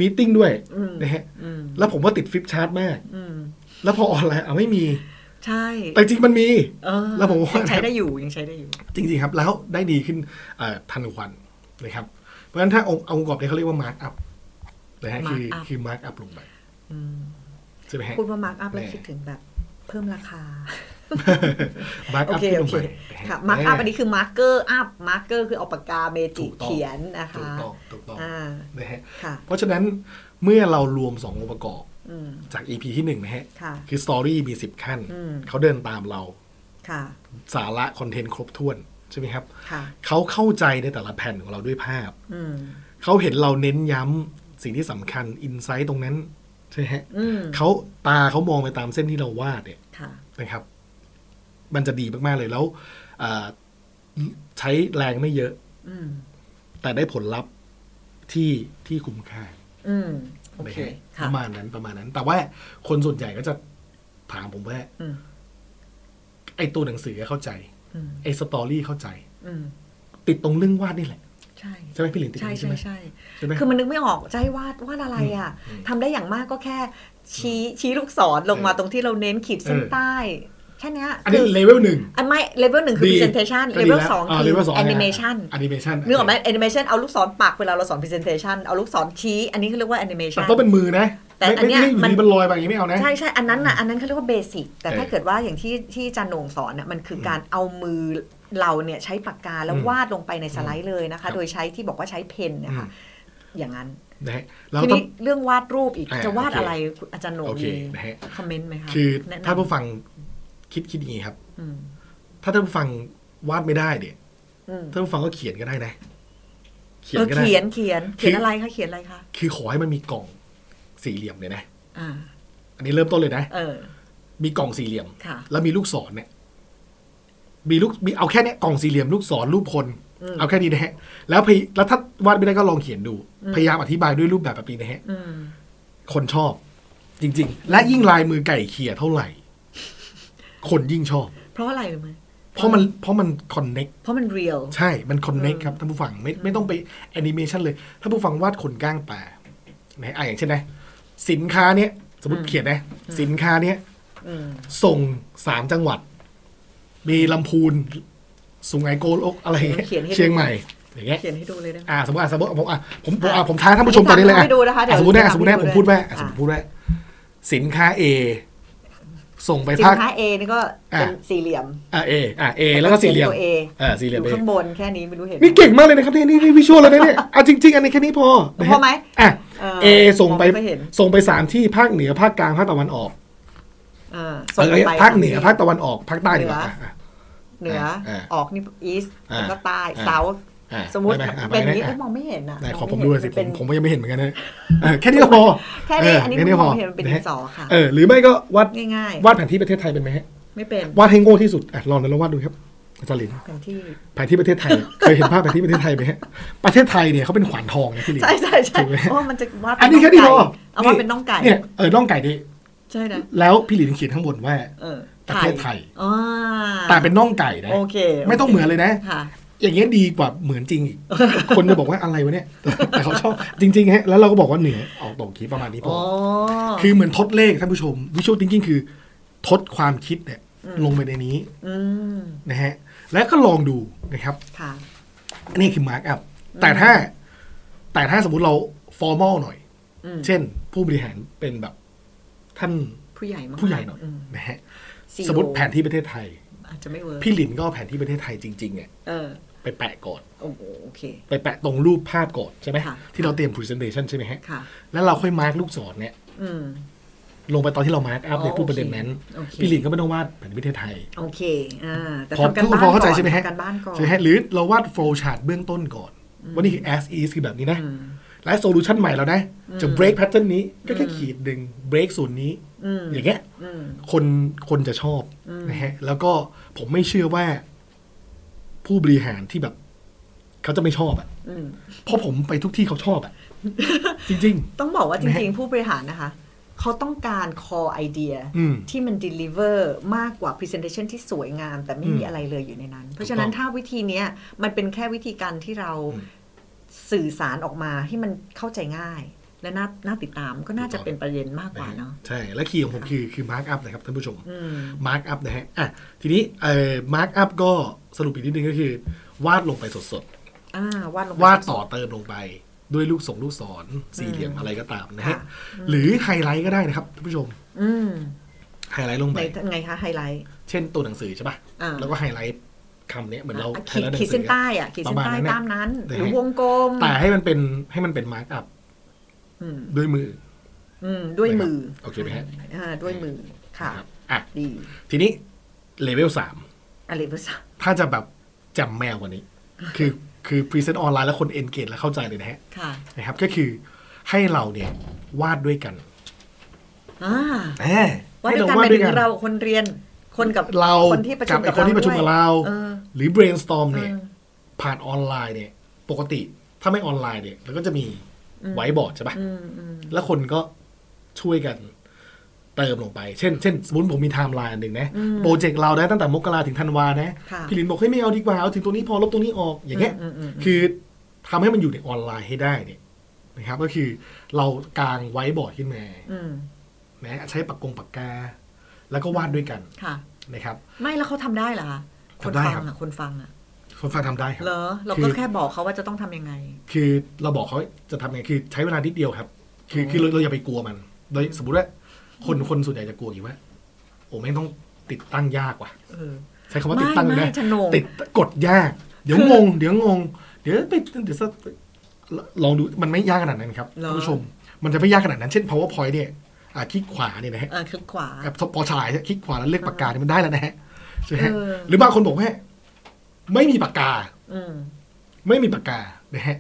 Speaker 2: มีติ้งด้วย
Speaker 1: อืม
Speaker 2: นะฮะ
Speaker 1: อืม
Speaker 2: แล้วผมว่าติดฟลิปชาร์ตมาก
Speaker 1: อืม
Speaker 2: แล้วพอออนไลน์อ่ะไม่มี
Speaker 1: ใช่
Speaker 2: แต่จริงมันมี
Speaker 1: เออ
Speaker 2: แล้วผมว่า
Speaker 1: ยังใช้ได้อยู่ยังใช้ได้อยู่
Speaker 2: จริงๆครับ แล้วได้ดีขึ้นเอ่อทันควันนะครับ เพราะฉะนั้นถ้าองค์องค์ประกอบเนี่ยเขาเรียกว่ามาร์กอัพนะฮะคือ
Speaker 1: mark up
Speaker 2: คือมาร์กอัพลงไป
Speaker 1: อืม
Speaker 2: ใช่ไหมฮะ
Speaker 1: พูดว่ามาร์กอัพแล้ว
Speaker 2: แน่
Speaker 1: คิดถึงแบบเพิ่มราคา
Speaker 2: มาร์ก
Speaker 1: โอ
Speaker 2: อัพ
Speaker 1: เคโอ
Speaker 2: ขึ้นลง
Speaker 1: เค
Speaker 2: ไปนะฮะ
Speaker 1: ค่ะมาร์กอัพอัน
Speaker 2: แ
Speaker 1: นี้คือมาร์กเกอร์อัพมาร์กเกอร์คือเอาปากกาเมจิ
Speaker 2: ถูกต้อง
Speaker 1: เขียนนะคะ
Speaker 2: ถูกต้องถูกต้อง
Speaker 1: อ่า
Speaker 2: นะฮะ
Speaker 1: ค่ะ
Speaker 2: เพราะฉะนั้นเมื่อเรารวมสององค์ประกอบ
Speaker 1: อืม
Speaker 2: จาก EP ที่หนึ่งนะฮะ
Speaker 1: ค่ะ
Speaker 2: คือสตอรี่มีสิบขั้น
Speaker 1: อืม
Speaker 2: เขาเดินตามเรา
Speaker 1: ค่ะ
Speaker 2: สาระคอนเทนต์ครบถ้วน ใช่ไหมครับ
Speaker 1: ค่ะ
Speaker 2: เขาเข้าใจในแต่ละแผ่นของเราด้วยภาพ
Speaker 1: อืม
Speaker 2: เขาเห็นเราเน้นย้ำสิ่งที่สำคัญอินไซต์ตรงนั้นใช่ไหมฮะ
Speaker 1: อืม
Speaker 2: เขาตาเขามองไปตามเส้นที่เราวาดเนี่ย
Speaker 1: ค่ะ
Speaker 2: นะครับ มันจะดีมาก ๆ เลยแล้วเอ่อใช้แรงไม่เยอะ
Speaker 1: อืม
Speaker 2: แต่ได้ผลลัพธ์ที่ที่คุ้มค่า
Speaker 1: อืม โอเค
Speaker 2: นะฮะป
Speaker 1: ค่ะ
Speaker 2: ระมาณนั้นประมาณนั้น แต่ว่าคนส่วนใหญ่ก็จะถามผมว่า
Speaker 1: อืม
Speaker 2: ไอ้ตัวหนังสือเข้าใจ
Speaker 1: อืม
Speaker 2: ไอ้สตอรี่เข้าใจ
Speaker 1: อืม
Speaker 2: ติดตรงเรื่องวาดนี่แหละ
Speaker 1: ใช่
Speaker 2: ใช่ไหมพี่หลินติดตร
Speaker 1: ใช่
Speaker 2: งนี้
Speaker 1: ใช่
Speaker 2: ใช่ไหม
Speaker 1: ใช่
Speaker 2: ใช่ไหม
Speaker 1: คือมันนึกไม่ออกจะให้วาดวาดอะไรอ่ะทำได้อย่างมากก็แค่ชี้ชี้ลูกศรลงมา
Speaker 2: เออ
Speaker 1: ตรงที่เราเน้นขีดเส้น
Speaker 2: เออ
Speaker 1: ใต้ แค่เนี้ย
Speaker 2: อันนี้
Speaker 1: คือ
Speaker 2: เลเวลหนึ่ง
Speaker 1: อันไม่เลเวลหนึ่งคือ
Speaker 2: ดี
Speaker 1: presentation เลเวลสองคือ animation
Speaker 2: แอนิเมชัน
Speaker 1: นึกออกไหม animation เอาลูกศรปักเวลาเราสอน presentation เอาลูกศรชี้ อันนี้เขาเรียกว่า
Speaker 2: แต่
Speaker 1: animation
Speaker 2: ต้องเป็นมือนะ
Speaker 1: แต่อันเนี้ย
Speaker 2: ไม่
Speaker 1: มั
Speaker 2: ไม่
Speaker 1: น
Speaker 2: ไม่อยู่ดีมันลอยไปอย่างนี้ไม่เอานะ
Speaker 1: ใช่ใช่อันนั้นน่ะอันนั้นเขาเรียกว่าเบสิกแต่
Speaker 2: เออ
Speaker 1: ถ้าเกิดว่าอย่างที่ที่อาจันโหนงสอนน่ะมันคือการเอามือเราเนี่ยใช้ปากกาแล้ว
Speaker 2: อืม
Speaker 1: วาดลงไปในสไลด์เลยนะ
Speaker 2: ครั
Speaker 1: คะ
Speaker 2: บ
Speaker 1: โดยใช้ที่บอกว่าใช้เพนเนยคะอย่างนั้น
Speaker 2: นะฮะแล้ว
Speaker 1: ที
Speaker 2: ต้อง
Speaker 1: นี้เรื่องวาดรูปอีก
Speaker 2: เออ
Speaker 1: จะวาด
Speaker 2: โอ
Speaker 1: อะ
Speaker 2: เค
Speaker 1: ไรคุณอาจารย์โหนง
Speaker 2: โอเค
Speaker 1: มี
Speaker 2: นะฮะ
Speaker 1: คอมเมนต์ไหมคะ
Speaker 2: คือ
Speaker 1: แนะนำ
Speaker 2: ถ้าผู้ฟังคิดคิดอย่างนี้ครับ
Speaker 1: อืม
Speaker 2: ถ้าท่านผู้ฟังวาดไม่ได้เนี่ย
Speaker 1: อืม
Speaker 2: ท่านผู้ฟังก็เขียนก็ได้นะ เขีย
Speaker 1: เอนอ
Speaker 2: ก็ได้
Speaker 1: เขียนเขียนเขียน
Speaker 2: คืออ
Speaker 1: อะไรคะเขียนอะไรคะ
Speaker 2: คือขอให้มันมีกล่องสี่เหลี่ยมเลยนะ
Speaker 1: อ่า
Speaker 2: อันนี้เริ่มต้นเลยนะ
Speaker 1: เออ
Speaker 2: มีกล่องสี่เหลี่ยม
Speaker 1: ค่ะ
Speaker 2: แล้วมีลูกศรเนี่ย มีลูกมีเอาแค่เนี้ยกล่องสี่เหลี่ยมลูกศรรูปคน
Speaker 1: อืม
Speaker 2: เอาแค่นี้นะฮะ แล้วพยแล้วถ้าวาดไม่ได้ก็ลองเขียนดู พยายามอธิบายด้วยรูปแบบแบบนี้นะฮะ
Speaker 1: อืม
Speaker 2: คนชอบ จริง ๆ และยิ่งลายมือไก่เขี่ยเท่าไหร่ คนยิ่งชอบ
Speaker 1: เพราะอะไรรู้ไหม
Speaker 2: เพราะมันเพราะมันคอนเน็ก
Speaker 1: เพราะมันเรียล
Speaker 2: ใช่ มันคอนเน็กครับท่านผู้ฟังไม่ไม่ต้องไปแอนิเมชันเลยถ้าผู้ฟังวาดขนก้างปลานะอ่ะอย่างเช่นนะ สินค้าเนี้ยสมมติเขียนนะ สินค้าเนี้ย
Speaker 1: อืม
Speaker 2: ส่งสามจังหวัด มีลำพูนสุงไหงโกลกอะไรอย่างเงี้ยเชียงใหม่ อย่างเงี้ย
Speaker 1: เขียนให้ดูเลยได้ไหม
Speaker 2: อ่าสมมติอ่ะสมมติผมอ่ะผมผมอ่ะผมท้าท่านผู้ชมตอนนี้เลยอ่ะ
Speaker 1: ให้ดูนะคะเดี๋ยว
Speaker 2: สมมตินะสมมตินะ
Speaker 1: ให้ดู
Speaker 2: ผมพูดว่าอ่ะ
Speaker 1: อ่ะ
Speaker 2: สมมติพูดว่าสินค้า A ส่งไป
Speaker 1: สิน
Speaker 2: ภาค
Speaker 1: ค้า A นี่ก็เป็น
Speaker 2: อ่ะ
Speaker 1: สี่เหลี่ยม
Speaker 2: อ่า A อ่า A แล้วก็สี่เหลี่ยม
Speaker 1: ตัว A
Speaker 2: อ่าสี่เห
Speaker 1: อ
Speaker 2: ลี่ยม
Speaker 1: ยู่
Speaker 2: A
Speaker 1: ข้างบนแค่นี้ไม่รู้เห็น
Speaker 2: นี่เก่งมากเลยนะครับนี่นี่นี่วิชวลเลยนะเนี่ยเอาจริง ๆ อันนี้แค่นี้พอนะฮะ
Speaker 1: พอไหม
Speaker 2: อ่ะ
Speaker 1: เออ
Speaker 2: เอส่งไป
Speaker 1: มองไม่ค่อยเห็น
Speaker 2: ส่งไปสามที่ภาคเหนือภาคกลางภาคตะวันออก
Speaker 1: อ่าส่
Speaker 2: เองอ
Speaker 1: ไป
Speaker 2: ภาคเหนือภาคตะวันออกภาคใต้ดีกว่าอ่ะอ่ะ
Speaker 1: เหนือ
Speaker 2: เออ
Speaker 1: ออกนี่ east
Speaker 2: อ่า
Speaker 1: แล้วก็ใต้
Speaker 2: อ่า
Speaker 1: เซา
Speaker 2: อ่ะ
Speaker 1: สมมติ
Speaker 2: ได้ไหอ่ะ
Speaker 1: เป็นอย่างนี้
Speaker 2: ไป
Speaker 1: เอ้ย
Speaker 2: ไห
Speaker 1: มองไม่เห็นอ่ะ
Speaker 2: ไหน
Speaker 1: ง
Speaker 2: ขอผม
Speaker 1: ไเห็น
Speaker 2: ด้วยสิผ
Speaker 1: เป็
Speaker 2: ม
Speaker 1: น
Speaker 2: ผมก็ยังไม่เห็นเหมือนกัน นะเออแค่นี้ก็พอ
Speaker 1: แค่นี้
Speaker 2: เ
Speaker 1: อันนี้
Speaker 2: แค่
Speaker 1: ม
Speaker 2: พ
Speaker 1: องไม่เห็นมันเป็นดิ
Speaker 2: ะ
Speaker 1: น
Speaker 2: ฮะ
Speaker 1: สอค่ะ
Speaker 2: เออหรือไม่ก็วัด
Speaker 1: ง่ายๆ
Speaker 2: วาดแผนที่ประเทศไทยเป็นไหมฮะ
Speaker 1: ไม่เป็น
Speaker 2: วาดให้โง่ที่สุดอ่ะลองแล้ววาดดูครับอาจารย์หลิน
Speaker 1: แผนที่
Speaker 2: แผนที่ประเทศ ไทย เคยเห็นภาพแผนที่ประเทศไทยไหมฮะประเทศไทยเนี่ยเขาเป็นขวานทองนะพี่หลิน
Speaker 1: ใช่ใช่ใช่
Speaker 2: ถูกไหม
Speaker 1: เพราะว่ามันจะวาดเป็
Speaker 2: อันนี้แค่นี้พอ
Speaker 1: เอามาเป็นน้องไก่
Speaker 2: เนี่ยเออน่องไก่ดิ
Speaker 1: ใช่นะ
Speaker 2: แล้วพี่หลินเขียนข้างบนว่า
Speaker 1: เออ
Speaker 2: ประเทศไทย
Speaker 1: อ่า
Speaker 2: แต่เป็นน่องไก่นะ
Speaker 1: โอเค
Speaker 2: ไม่ต้องเหมือนเลยนะ
Speaker 1: ค่ะ
Speaker 2: อย่างเงี้ยดีกว่าเหมือนจริง อีก คนจะบอกว่าอะไรวะเนี่ย แต่เขาชอบจริงๆฮะแล้วเราก็บอกว่าเหนือออกตกคิดประมาณนี้พอ
Speaker 1: อ๋อ
Speaker 2: อคือเหมือนทดเลขท่านผู้ชมวิชวลทิงกิ้งคือ ทดความคิดเนี่ย
Speaker 1: อืม
Speaker 2: ลงไปในนี้
Speaker 1: อืม
Speaker 2: นะฮะ แล้วก็ลองดูนะครับ
Speaker 1: ค่ะ
Speaker 2: นี่คือมาร์กอัพแต่ถ้า แต่ถ้าสมมุติเราฟอร์มอลหน่อย
Speaker 1: อืม
Speaker 2: เช่น ผู้บริหารเป็นแบบท่าน
Speaker 1: ผู้ใหญ่มาก
Speaker 2: ผู้ใหญ่หน่อย
Speaker 1: ม
Speaker 2: นะฮะ
Speaker 1: CEO
Speaker 2: สมมติแผนที่ประเทศไทย
Speaker 1: อาจจะไม่เวิร์ก
Speaker 2: พี่หลินก็เอาแผนที่ประเทศไทยจริงๆเนี่ย
Speaker 1: เออ
Speaker 2: ไปแปะก่อน
Speaker 1: โอ้โหโอเค
Speaker 2: ไปแปะตรงรูปภาพก่อนใช่ไหม
Speaker 1: ค่ะ
Speaker 2: ที่เราเตรียม presentation ใช่ไหมฮะ
Speaker 1: ค่ะ
Speaker 2: แล้วเราค่อยมาร์กลูกศรเนี่ย
Speaker 1: อืม
Speaker 2: ลงไปตอนที่เรามาร์กอัพเนี่ยพูดประเด็นนั้น
Speaker 1: โอเค
Speaker 2: พี่หลินก็ไม่ต้องวาดแผนที่ประเทศไทย
Speaker 1: โอเคอ่าแต่
Speaker 2: พอ
Speaker 1: ทำการ
Speaker 2: พูด
Speaker 1: บ้าน
Speaker 2: พอเข้าใจ
Speaker 1: ก่น
Speaker 2: ใช่ไหมฮะ
Speaker 1: ทำการบ้านก่อน
Speaker 2: ใช่ไหมฮะหรือเราวาด flow chart เบื้องต้นก่อน ว่านี่คือ as is คือแบบนี้นะ
Speaker 1: อืม
Speaker 2: และ solution ใหม่แล้วนะ จะ break pattern นี้ก็แค่ขีดหนึ่ง break ส่วนนี้
Speaker 1: อืม
Speaker 2: อย่างเงี้ย
Speaker 1: อืม
Speaker 2: คนคนจะชอบนะฮะ แล้วก็ผมไม่เชื่อว่า ผู้บริหารที่แบบ เขาจะไม่ชอบอ่ะ
Speaker 1: อืม
Speaker 2: เพราะผมไปทุกที่เขาชอบอ่ะ จริง
Speaker 1: ต้องบอกว่าจริงๆ ผู้บริหารนะคะ เขาต้องการ core idea
Speaker 2: อืม
Speaker 1: ที่มัน deliver มากกว่า presentation ที่สวยงาม แต่ไม่มี
Speaker 2: อืม
Speaker 1: อะไรเลยอยู่ในนั้น เพ
Speaker 2: ถูก
Speaker 1: ราะ
Speaker 2: ต้
Speaker 1: ฉะ
Speaker 2: อง
Speaker 1: นั้นถ้าวิธีเนี้ยมันเป็นแค่วิธีการที่เรา
Speaker 2: อืม
Speaker 1: สื่อสารออกมาให้มันเข้าใจง่าย และน่าน่าติดตามก็น่าจะ
Speaker 2: ถูกต้อง
Speaker 1: เป็นประเด็นมาก
Speaker 2: ๆ
Speaker 1: กว่าเนาะ
Speaker 2: ใช่ และคีย์ของผมคือคือ mark up นะครับท่านผู้ชม
Speaker 1: อืม
Speaker 2: มาร์กอัพนะฮะ อ่ะ ทีนี้เอ่อมาร์กอัพก็สรุปอีกนิดนึงก็คือ วาดลงไปสด
Speaker 1: อ่าวาดลงไป
Speaker 2: ๆ วาดต่อเติมลงไป ด้วยลูกส่งลูกศรสี่เหลี่ยมอะไรก็ตามนะฮะ
Speaker 1: ค่ะ
Speaker 2: หรือไฮไลท์ก็ได้นะครับท่านผู้ชม
Speaker 1: อืม
Speaker 2: ไฮไลท์ลง
Speaker 1: ไห
Speaker 2: ไป
Speaker 1: นไงคะไฮไลท์
Speaker 2: เช่นตัวหนังสือใช่ป่ะ
Speaker 1: อ่า
Speaker 2: แล้วก็ไฮไลท์คำเนี้ยเหมือนเรา
Speaker 1: อ่ะ
Speaker 2: ไฮ
Speaker 1: ขีดขี
Speaker 2: ไลท์หนัง
Speaker 1: ด
Speaker 2: สื
Speaker 1: เส้น
Speaker 2: อ
Speaker 1: ใต้อะขีดเส้นใต้
Speaker 2: ประมาณนั้นน่ะ
Speaker 1: ตามนั้น
Speaker 2: แต่
Speaker 1: หรือวงกลม
Speaker 2: แต่ให้มันเป็นให้มันเป็นมาร์กอัพ
Speaker 1: อืม
Speaker 2: ด้วยมือ
Speaker 1: อืมด้วยมือ
Speaker 2: โอเคไหมฮะ
Speaker 1: อ่าด้วยมือค่ะ
Speaker 2: นะครับอ่ะ
Speaker 1: ดี
Speaker 2: ทีนี้เลเวลสาม
Speaker 1: อะไรภาษา
Speaker 2: ถ้าจะแบบจำแมวกว่านี้ คือคือพรีเซนต์ออนไลน์แล้วคนเอนเกจแล้วเข้าใจเลยนะฮะ
Speaker 1: ค่ะ
Speaker 2: นะครับก็คือให้เราเนี่ยวาดด้วยกัน
Speaker 1: อ่าว่า
Speaker 2: ให้
Speaker 1: ด้วยการหมายถึงเราคนเรียน คนกับ
Speaker 2: เรา
Speaker 1: คนที่ประชุ
Speaker 2: กั
Speaker 1: ม
Speaker 2: ไอ้
Speaker 1: กับ
Speaker 2: คนที่ประชุมกับ
Speaker 1: ด้วย
Speaker 2: เรา
Speaker 1: เออ
Speaker 2: หรือ brainstorm เนี่ย
Speaker 1: เออ
Speaker 2: ผ่านออนไลน์เนี่ย ปกติถ้าไม่ออนไลน์เนี่ยแล้วก็จะมี
Speaker 1: อืม
Speaker 2: ไว้บอร์ดใช่ปะ
Speaker 1: อืมอืม
Speaker 2: แล้วคนก็ช่วยกันเติมลงไป เช่น เช่น สมมติผมมีไทม์ไลน์หนึ่งนะโปรเจกต์เราได้ตั้งแต่มกราถึงธันวานะ
Speaker 1: ค่ะ
Speaker 2: พี่หลินบอกให้ยไม่เอาดีกว่าเอาถึงตรงนี้พอลบตรงนี้ออกอย่างเงี้ย
Speaker 1: อืมอืมอืม
Speaker 2: คือทำให้มันอยู่ในออนไลน์ให้ได้เนี่ยนะครับ ก็คือเรากางไว้บอร์ดขึ้นมา
Speaker 1: อืม
Speaker 2: นะใช้ปากกงปากกา แล้วก็วาดด้วยกัน
Speaker 1: ค่ะ
Speaker 2: นะครับ
Speaker 1: ไม่แล้วเขาทำได้เหรอคะคน
Speaker 2: ทำได้
Speaker 1: ฟัง
Speaker 2: ครับ
Speaker 1: อ่ะคนฟังอ่ะ
Speaker 2: คนฟังทำได้ครับ
Speaker 1: เหรอเรา
Speaker 2: คื
Speaker 1: ก็
Speaker 2: อ
Speaker 1: แค่บอกเขาว่าจะต้องทำยังไง
Speaker 2: คือเราบอกเขาจะทำยังไงคือใช้เวลานิดเดียวครับ คือคือเราเราอย่าไปกลัวมัน โดยสมมติว่าคนคนส่วนใหญ่จะกลัวอยู่ว่าโอ้แม่งต้องติดตั้งยากว่ะ
Speaker 1: เออ
Speaker 2: ใช้คำว่าติดตั้ง
Speaker 1: ไม่
Speaker 2: นะ
Speaker 1: ไม่ชนง
Speaker 2: ติดกดยาก เดี๋ยวงง เดี๋ยวงง เดี๋ยวไปเดี๋ยวสักลองดูมันไม่ยากขนาดนั้นครับ
Speaker 1: เหรอ
Speaker 2: ท่านผู้ชม มันจะไม่ยากขนาดนั้นเช่น powerpoint เนี่ยอ่ะคลิกขวาเนี่ยนะฮะ
Speaker 1: เออคลิกขวา
Speaker 2: แอปพอฉายคลิกขวาแล้วเลือกปากกาเนี่ยมันได้แล้วนะฮะใช่ไหมฮะ
Speaker 1: เออ
Speaker 2: หรือบางคนบอกว่าไม่มีปากกา
Speaker 1: อืม
Speaker 2: ไม่มีปากกานะฮะ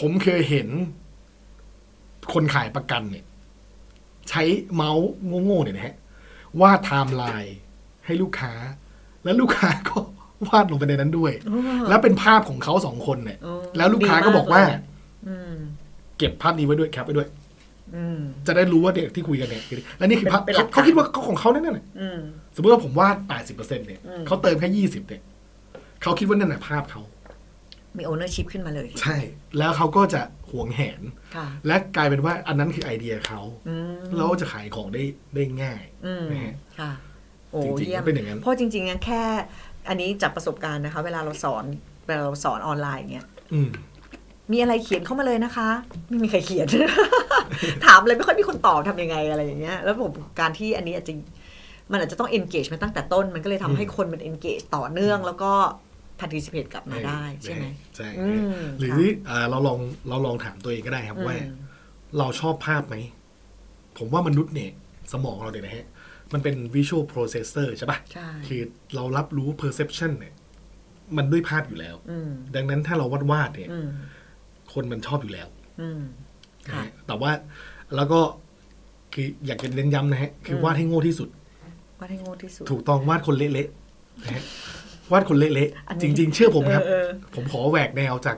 Speaker 2: ผมเคยเห็น คนขายประกันเนี่ย ใช้เมาส์โง่ๆเนี่ยนะฮะวาดไทม์ไลน์ให้ลูกค้า แล้วลูกค้าก็ วาดลงไปในนั้นด้วย
Speaker 1: โอ้
Speaker 2: แล้วเป็นภาพของเขาสองคนเนี่ย
Speaker 1: โอ้
Speaker 2: แล้วลูกค้าก็บอก
Speaker 1: ดีมากเลย
Speaker 2: ว่า
Speaker 1: อืม
Speaker 2: เก็บภาพนี้ไว้ด้วยแคปไว้ด้วย
Speaker 1: อืม
Speaker 2: จะได้รู้ว่าเด็กที่คุยกันเนี่ยคือและนี่คือภาพ
Speaker 1: เป็นหลักฐาน
Speaker 2: เขาคิดว่าเขาของเขาแน่ๆน่ะ
Speaker 1: อืม
Speaker 2: สมมติว่าผมวาด 80%เนี่ย
Speaker 1: อืม
Speaker 2: เขาเติมแค่ 20เนี่ยเขาคิดว่านั่นแหละภาพเขา
Speaker 1: มีโอเนอร์ชิพขึ้นมาเลย
Speaker 2: ใช่ แล้วเขาก็จะหวงแหน
Speaker 1: ค่ะ
Speaker 2: และกลายเป็นว่าอันนั้นคือไอเดียเขา
Speaker 1: อืม
Speaker 2: แล้วจะขายของได้ได้ง่าย
Speaker 1: อืม
Speaker 2: นะฮะ
Speaker 1: ค่ะ โอ้
Speaker 2: จริงๆ
Speaker 1: เยี่ยม
Speaker 2: มันเป็นอย่างนั้น
Speaker 1: เพราะจริงๆเนี่ยแค่ อันนี้จากประสบการณ์นะคะ เวลาเราสอนเวลาเราสอนออนไลน์อย่างเงี้ย
Speaker 2: อืม
Speaker 1: มีอะไรเขียนเข้ามาเลยนะคะ ไม่มีใครเขียน ถามเลยไม่ค่อยมีคนตอบทำยังไงอะไรอย่างเงี้ยแล้วผมการที่อันนี้อาจจะมันอาจจะต้อง engage มาตั้งแต่ต้น มันก็เลยทำให้คนมัน engage ต่อเนื่อง แล้วก็ participate กลับมาได้ใช่ไหม
Speaker 2: ใช่
Speaker 1: อืม
Speaker 2: หรือเอ่อเราลองเราลองถามตัวเองก็ได้ครับ
Speaker 1: อืม
Speaker 2: ว่า เราชอบภาพไหม ผมว่ามนุษย์เนี่ย สมองเราเนี่ยนะฮะ มันเป็น visual processor ใช่ปะ
Speaker 1: ใช่
Speaker 2: คือเรารับรู้ perception เนี่ย มันด้วยภาพอยู่แล้ว
Speaker 1: อืม
Speaker 2: ดังนั้นถ้าเราวาดวาดๆเนี่ย
Speaker 1: อืม
Speaker 2: คนมันชอบอยู่แล้ว
Speaker 1: อืมค่ะ
Speaker 2: แต่ว่าแล้วก็คืออยากจะเน้นย้ำนะฮะ คืออ
Speaker 1: ม
Speaker 2: วาดให้โง่ที่สุด
Speaker 1: วาดให้โง่ที่สุด
Speaker 2: ถูกต้องวาดคนเละๆ นะฮะวาดคนเละ
Speaker 1: อันนี้
Speaker 2: ๆจริง ๆ เชื่อผมครับ
Speaker 1: เออเออ
Speaker 2: ผมขอแหวกแนวจาก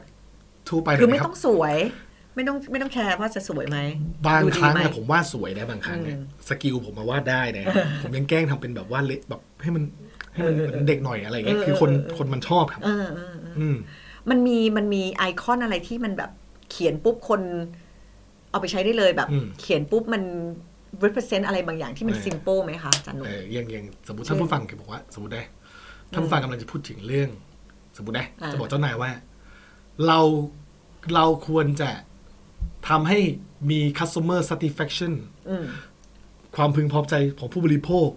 Speaker 2: ทั่วไปหน่
Speaker 1: คือ
Speaker 2: อย
Speaker 1: ไม่
Speaker 2: นะค
Speaker 1: ต้
Speaker 2: รั
Speaker 1: อบ งสวย ไม่ต้องไม่ต้องแคร์ว่าจะสวยไหม
Speaker 2: บาง
Speaker 1: ดู
Speaker 2: ค
Speaker 1: ดี
Speaker 2: รั้ง
Speaker 1: ไห
Speaker 2: เนี่ยผมวาดสวยนะบางครั้งเนี่ย
Speaker 1: อืม
Speaker 2: สกิลผมมาวาดได้ นะผมยังแกล้งทำเป็นแบบวาดเละแบบให้มันให้มัน
Speaker 1: เออ
Speaker 2: เหมือนเด็กหน่อยอะไรอย่างเงี้ย
Speaker 1: เออ
Speaker 2: คือคน
Speaker 1: เออเออ
Speaker 2: คนมันชอบครับ
Speaker 1: เออเออเออ
Speaker 2: อืม
Speaker 1: มันมีมันมีไอคอนอะไรที่มันแบบเขียนปุ๊บคน เอาไปใช้ได้เลยแบบ
Speaker 2: อืม
Speaker 1: เขียนปุ๊บมัน represent อะไรบางอย่างที่มัน
Speaker 2: เออ
Speaker 1: simple ไหมคะอาจันนุ
Speaker 2: เอ
Speaker 1: ม
Speaker 2: ออย่างอย่างสมมติ
Speaker 1: เช่น
Speaker 2: ท่านผู้ฟังแกบอกว่า สมมตินะท่านผู้ฟังกำลังจะพูดถึงเรื่อง สมมตินะ
Speaker 1: อ่า
Speaker 2: จะบอกเจ้านายว่า เราเราควรจะทำให้มี customer satisfaction
Speaker 1: อืม
Speaker 2: ความพึงพอใจของผู้บริโภค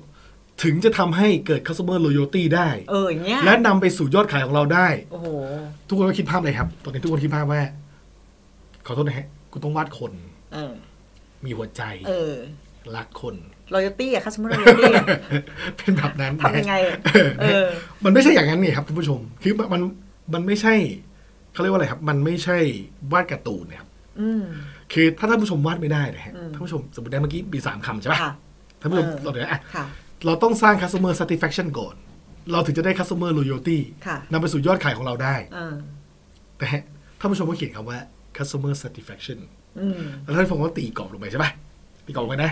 Speaker 2: ถึงจะทำให้เกิด customer loyalty ได้
Speaker 1: เอออย่างเงี้ย
Speaker 2: และนำไปสู่ยอดขายของเราได้
Speaker 1: โอ้โห
Speaker 2: ทุกคนก็คิดภาพเลยครับ ตอนนี้ทุกคนคิดภาพว่า ขอโทษนะฮะกูต้องวาดคน
Speaker 1: เออ
Speaker 2: มีหัวใจ
Speaker 1: เออ
Speaker 2: รักคน
Speaker 1: loyalty อะ customer loyalty อะ
Speaker 2: เป็นแบบนั้นนะ
Speaker 1: ทำยังไงอะเออ
Speaker 2: มันไม่ใช่อย่างนั้นนี่ครับท่านผู้ชม คือมันมันมันไม่ใช่เขาเรียกว่าอะไรครับ มันไม่ใช่วาดการ์ตูนนะครับ
Speaker 1: อืม
Speaker 2: คือถ้าท่านผู้ชมวาดไม่ได้นะฮะ
Speaker 1: อืม
Speaker 2: ท่านผู้ชมสมมติได้เมื่อกี้มีสามคำใช่ปะ
Speaker 1: ค่ะ
Speaker 2: ท่านผู้ชม
Speaker 1: เออ
Speaker 2: เราเดี๋ยวนะอ่ะ
Speaker 1: ค่ะ
Speaker 2: เราต้องสร้าง customer satisfaction ก่อน เราถึงจะได้ customer loyalty
Speaker 1: ค่ะ
Speaker 2: นำไปสู่ยอดขายของเราได้
Speaker 1: เออ
Speaker 2: แต่ท่านผู้ชมก็เขียนคำว่า customer satisfaction
Speaker 1: อืม
Speaker 2: แล้วท่านผู้ชมก็ตีกรอบลงไปใช่ปะตีกรอบลงไปนะ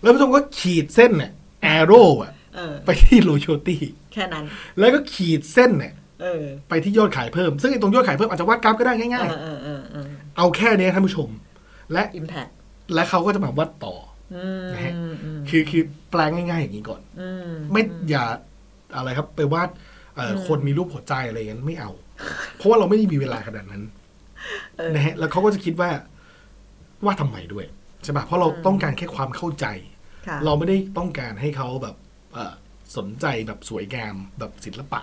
Speaker 2: แล้วท่านผู้ชมก็ขีดเส้นเนี่ย arrow อะ
Speaker 1: เออ
Speaker 2: ไปที่ loyalty
Speaker 1: แค่นั้น
Speaker 2: แล้วก็ขีดเส้นเนี่ย
Speaker 1: เออ
Speaker 2: ไปที่ยอดขายเพิ่ม ซึ่งไอ้ตรงยอดขายเพิ่มอาจจะวาดกราฟก็ได้
Speaker 1: เอ
Speaker 2: ง่าย
Speaker 1: อเออเออเออ
Speaker 2: ๆ เอาแค่เนี้ยท่านผู้ชม และ
Speaker 1: impact
Speaker 2: และเขาก็จะมาวัดต่อ
Speaker 1: อืม
Speaker 2: นะฮะ
Speaker 1: อืม
Speaker 2: คือคือแปลงง่ายๆอย่างนี้ก่อน
Speaker 1: อืม
Speaker 2: ไม่อย่าอะไรครับ ไปวาดเอ่ออคนมีรูปหัวใจอะไรอย่างนั้นไม่เอา เพราะว่าเราไม่ได้มีเวลาขนาดนั้น
Speaker 1: เออ
Speaker 2: นะฮะแล้วเขาก็จะคิดว่าว่าทำไมด้วยใช่ป่ะเพราะเราต้องการแค่ความเข้าใจ
Speaker 1: ค่ะ
Speaker 2: เราไม่ได้ต้องการให้เขาแบบเอ่อสนใจแบบสวยงามแบบศิลปะ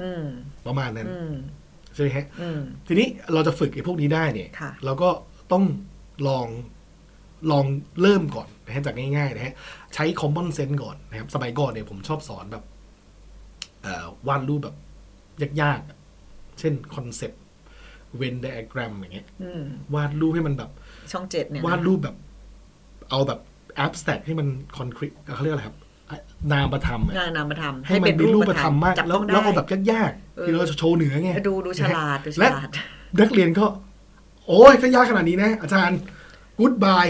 Speaker 1: อืม
Speaker 2: ประมาณนั้น
Speaker 1: อืม
Speaker 2: ใช่ไหมฮะ
Speaker 1: อืม
Speaker 2: ทีนี้เราจะฝึกไอ้พวกนี้ได้เนี่ย
Speaker 1: ค่ะ
Speaker 2: เราก็ต้องลองลองเริ่มก่อนนะฮะจากง่ายๆนะฮะใช้ common sense ก่อนนะครับ สมัยก่อนเนี่ยผมชอบสอนแบบเอ่อวาดรูปแบบยากๆอะเช่น concept Venn diagram อย่างเงี้ย
Speaker 1: อืม
Speaker 2: วาดรูปให้มันแบบ
Speaker 1: ช่องเจ็ดเนี่ยนะ
Speaker 2: วาดรูปแบบ เอาแบบ abstract ให้มัน concrete เขาเรียกอะไรครับ นามประธรรมอะ
Speaker 1: งานนามธรรม
Speaker 2: ให้มันมีรูปธรรมมาก
Speaker 1: จับ
Speaker 2: แล้
Speaker 1: ต้
Speaker 2: ว
Speaker 1: องได้
Speaker 2: แล้วเอาแบบยาก
Speaker 1: เอ
Speaker 2: ๆ
Speaker 1: อ
Speaker 2: ที่เราจะโชว์เหนือไง
Speaker 1: ดูดูฉลาดดูฉ
Speaker 2: และ
Speaker 1: ลาด
Speaker 2: นักเรียนก็ โอ้ยถ้ายากขนาดนี้นะ อาจารย์กู๊ดบาย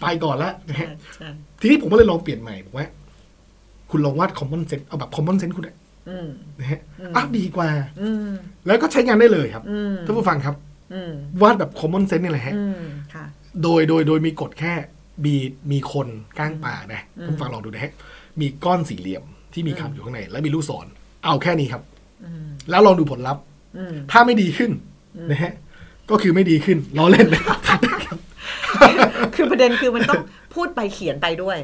Speaker 2: ไปก่อนละนะฮะ
Speaker 1: ใช่
Speaker 2: ทีนี้ผมก็เลยลองเปลี่ยนใหม่บอกว่า คุณลองวาด common sense เอาแบบ common sense คุณอะ
Speaker 1: อืม
Speaker 2: นะฮะอ้าวดีกว่า
Speaker 1: อืม
Speaker 2: แล้วก็ใช้งานได้เลยครับ
Speaker 1: อืม
Speaker 2: ท่านผู้ฟังครับ
Speaker 1: อืม
Speaker 2: วาดแบบ common sense นี่แหละฮะ
Speaker 1: อืม ค่ะ
Speaker 2: โดยโดยโดยมีกฎแค่มีมีคนก้างป่านะคุณฟังลองดูนะฮะมีก้อนสี่เหลี่ยมที่มีคำอยู่ข้างใน และมีลูกศรเอาแค่นี้ครับ
Speaker 1: อืม
Speaker 2: แล้วลองดูผลลัพธ์
Speaker 1: อืม
Speaker 2: ถ้าไม่ดีขึ้นนะฮะก็คือไม่ดีขึ้นล้อเล่นนะครับ
Speaker 1: คือประเด็นคือมันต้องพูดไปเขียนไปด้วย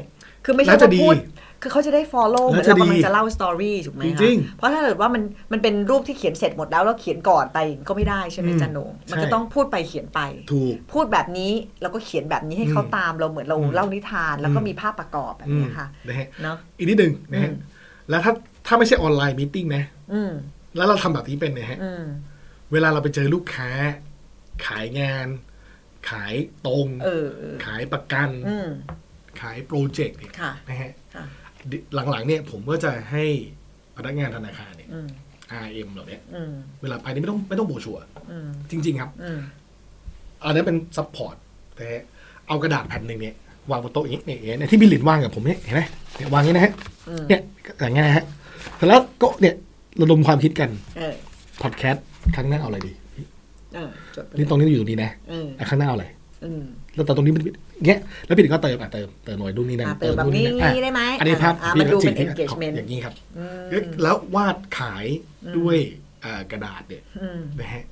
Speaker 1: คือไม่ใช่
Speaker 2: แล้วจะ
Speaker 1: ว่า
Speaker 2: ดี
Speaker 1: พูด คือเขาจะได้ follow เหมือน
Speaker 2: แล้วจะ
Speaker 1: เรากำลั
Speaker 2: ดี
Speaker 1: งจะเล่า story ถูกไหมคะ
Speaker 2: จริง
Speaker 1: เพราะถ้าเกิดว่ามันมันเป็นรูปที่เขียนเสร็จหมดแล้วแล้วเขียนก่อนไปก็ไม่ได้ใช่ไหม
Speaker 2: อืม
Speaker 1: จันโหนงมัน
Speaker 2: ใช่
Speaker 1: ก็ต้องพูดไปเขียนไป
Speaker 2: ถูก
Speaker 1: พูดแบบนี้แล้วก็เขียนแบบนี้ให้เขา
Speaker 2: อืม
Speaker 1: ตามเราเหมือนเรา
Speaker 2: อืม
Speaker 1: เล่านิทาน แล้วก็
Speaker 2: อืม
Speaker 1: มีภาพประกอบแบบ
Speaker 2: อืม
Speaker 1: เนี้ยค่ะ
Speaker 2: นะฮะ
Speaker 1: เนาะ
Speaker 2: อีกนิดหนึ่งนะฮะ
Speaker 1: อืม
Speaker 2: แล้วถ้าถ้าไม่ใช่ออนไลน์มีติ้งนะ
Speaker 1: อืม
Speaker 2: แล้วเราทำแบบนี้เป็นนะฮะ
Speaker 1: อืม
Speaker 2: เวลาเราไปเจอลูกค้า ขายงาน ขายตรง
Speaker 1: เออเออ
Speaker 2: ขายประกัน
Speaker 1: อืม
Speaker 2: ขายโปรเจกต์เนี่ย
Speaker 1: ค่ะ
Speaker 2: นะฮะ
Speaker 1: ค่ะ
Speaker 2: หลังๆเนี่ยผมก็จะให้พนักงานธนาคารเนี่ย
Speaker 1: อืม
Speaker 2: RM เหล่าเนี้ย
Speaker 1: อืม
Speaker 2: เวลาไปนี่ไม่ต้องไม่ต้องโบรชัวร์
Speaker 1: อืม
Speaker 2: จริง ๆ ครับ
Speaker 1: อืม
Speaker 2: อันนี้นเป็นซัพพอร์ตแต่เอากระดาษแผ่นหนึ่งเนี่ยวางบนโต๊ะอย่างนี้เนี่ยเนี่ยที่พี่หลินวางกับผมเนี่ยเห็นไหมเนี่ยวางอย่างนี้นะฮะ
Speaker 1: อืม
Speaker 2: เนี่ยอย่างง่ายฮะเสร็จแล้วก็เนี่ยระดมความคิดกัน
Speaker 1: เออ
Speaker 2: พอดแคสต์ครั้งหน้าเอาอะไรดี
Speaker 1: เออจดไปเล
Speaker 2: นี่
Speaker 1: ย
Speaker 2: ตรงนี้อยู่ตรงนี้นะ
Speaker 1: เออ
Speaker 2: อ่ะข้างหน้าเอาอะไร
Speaker 1: อืม
Speaker 2: แล้วแต่ตรงนี้มันเงี้ยแล้วพี่หลินก็เติมอ่ะเติมเติมหน่อยดูนนี่นั่น
Speaker 1: อ่ะเติมแบบ
Speaker 2: นู่อ่ะ
Speaker 1: นี้ได้ไหม
Speaker 2: อันนี้ภาพ
Speaker 1: อ่ะ
Speaker 2: พี่
Speaker 1: มันดู
Speaker 2: สิ่ง
Speaker 1: เป็น
Speaker 2: ที่
Speaker 1: engagement
Speaker 2: อย่างนี้ครับ
Speaker 1: อืม
Speaker 2: แล้ววาดขายด้วยเอ่อกระดาษเนี่ย
Speaker 1: อืม
Speaker 2: นะฮะ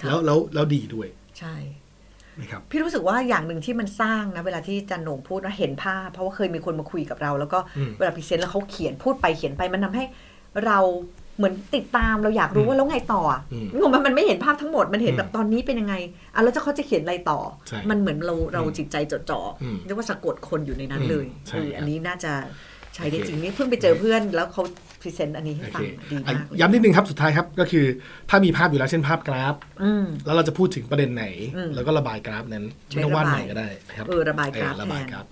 Speaker 1: ค่ะ
Speaker 2: แล้วแล้วแล้วดีด้วย
Speaker 1: ใช่
Speaker 2: นะครับ
Speaker 1: พี่รู้สึกว่าอย่างหนึ่งที่มันสร้างนะ เวลาที่จันโหนงพูดว่าเห็นภาพ เพราะว่าเคยมีคนมาคุยกับเรา แล้วก็
Speaker 2: อืม
Speaker 1: เวลาพรีเซนต์แล้วเขาเขียนพูดไปเขียนไปมันทำให้เราเหมือนติดตามเราอยากรู้ว่าแล้วไงต่ออะ
Speaker 2: อืม
Speaker 1: งงไหมันมันไม่เห็นภาพทั้งหมดมันเห็น
Speaker 2: อืม
Speaker 1: แบบตอนนี้เป็นยังไงอ่ะแล้วจะเขาจะเขียนอะไรต่อ
Speaker 2: ใช่
Speaker 1: มันเหมือนเราเรา
Speaker 2: อืม
Speaker 1: จิตใจจดจ่ออ
Speaker 2: ม
Speaker 1: เรียกว่าสะกดคนอยู่ในนั้นเลย
Speaker 2: อืมใช่
Speaker 1: เออ
Speaker 2: ครับ
Speaker 1: อันนี้น่าจะใช้ได้
Speaker 2: โอเค
Speaker 1: จริงนี่เพิ่งไปเจอเพื่อนแล้วเขาพรีเซนต์อันนี้ให้
Speaker 2: โอ
Speaker 1: ฟั
Speaker 2: เค
Speaker 1: งดี
Speaker 2: อ่ะ
Speaker 1: มากเลย
Speaker 2: ย้ำนิดนึงครับสุดท้ายครับก็คือถ้ามีภาพอยู่แล้วเช่นภาพกราฟ
Speaker 1: อืม
Speaker 2: แล้วเราจะพูดถึงประเด็นไหน
Speaker 1: อืม
Speaker 2: แล้วก็ระบายกราฟนั้น
Speaker 1: ใช้
Speaker 2: ไม่ต้องวาด
Speaker 1: ระบา
Speaker 2: ให
Speaker 1: ย
Speaker 2: ม่ก็ได้นะครับ
Speaker 1: เออระบายกราฟ
Speaker 2: เออระบาย
Speaker 1: แทน
Speaker 2: กราฟ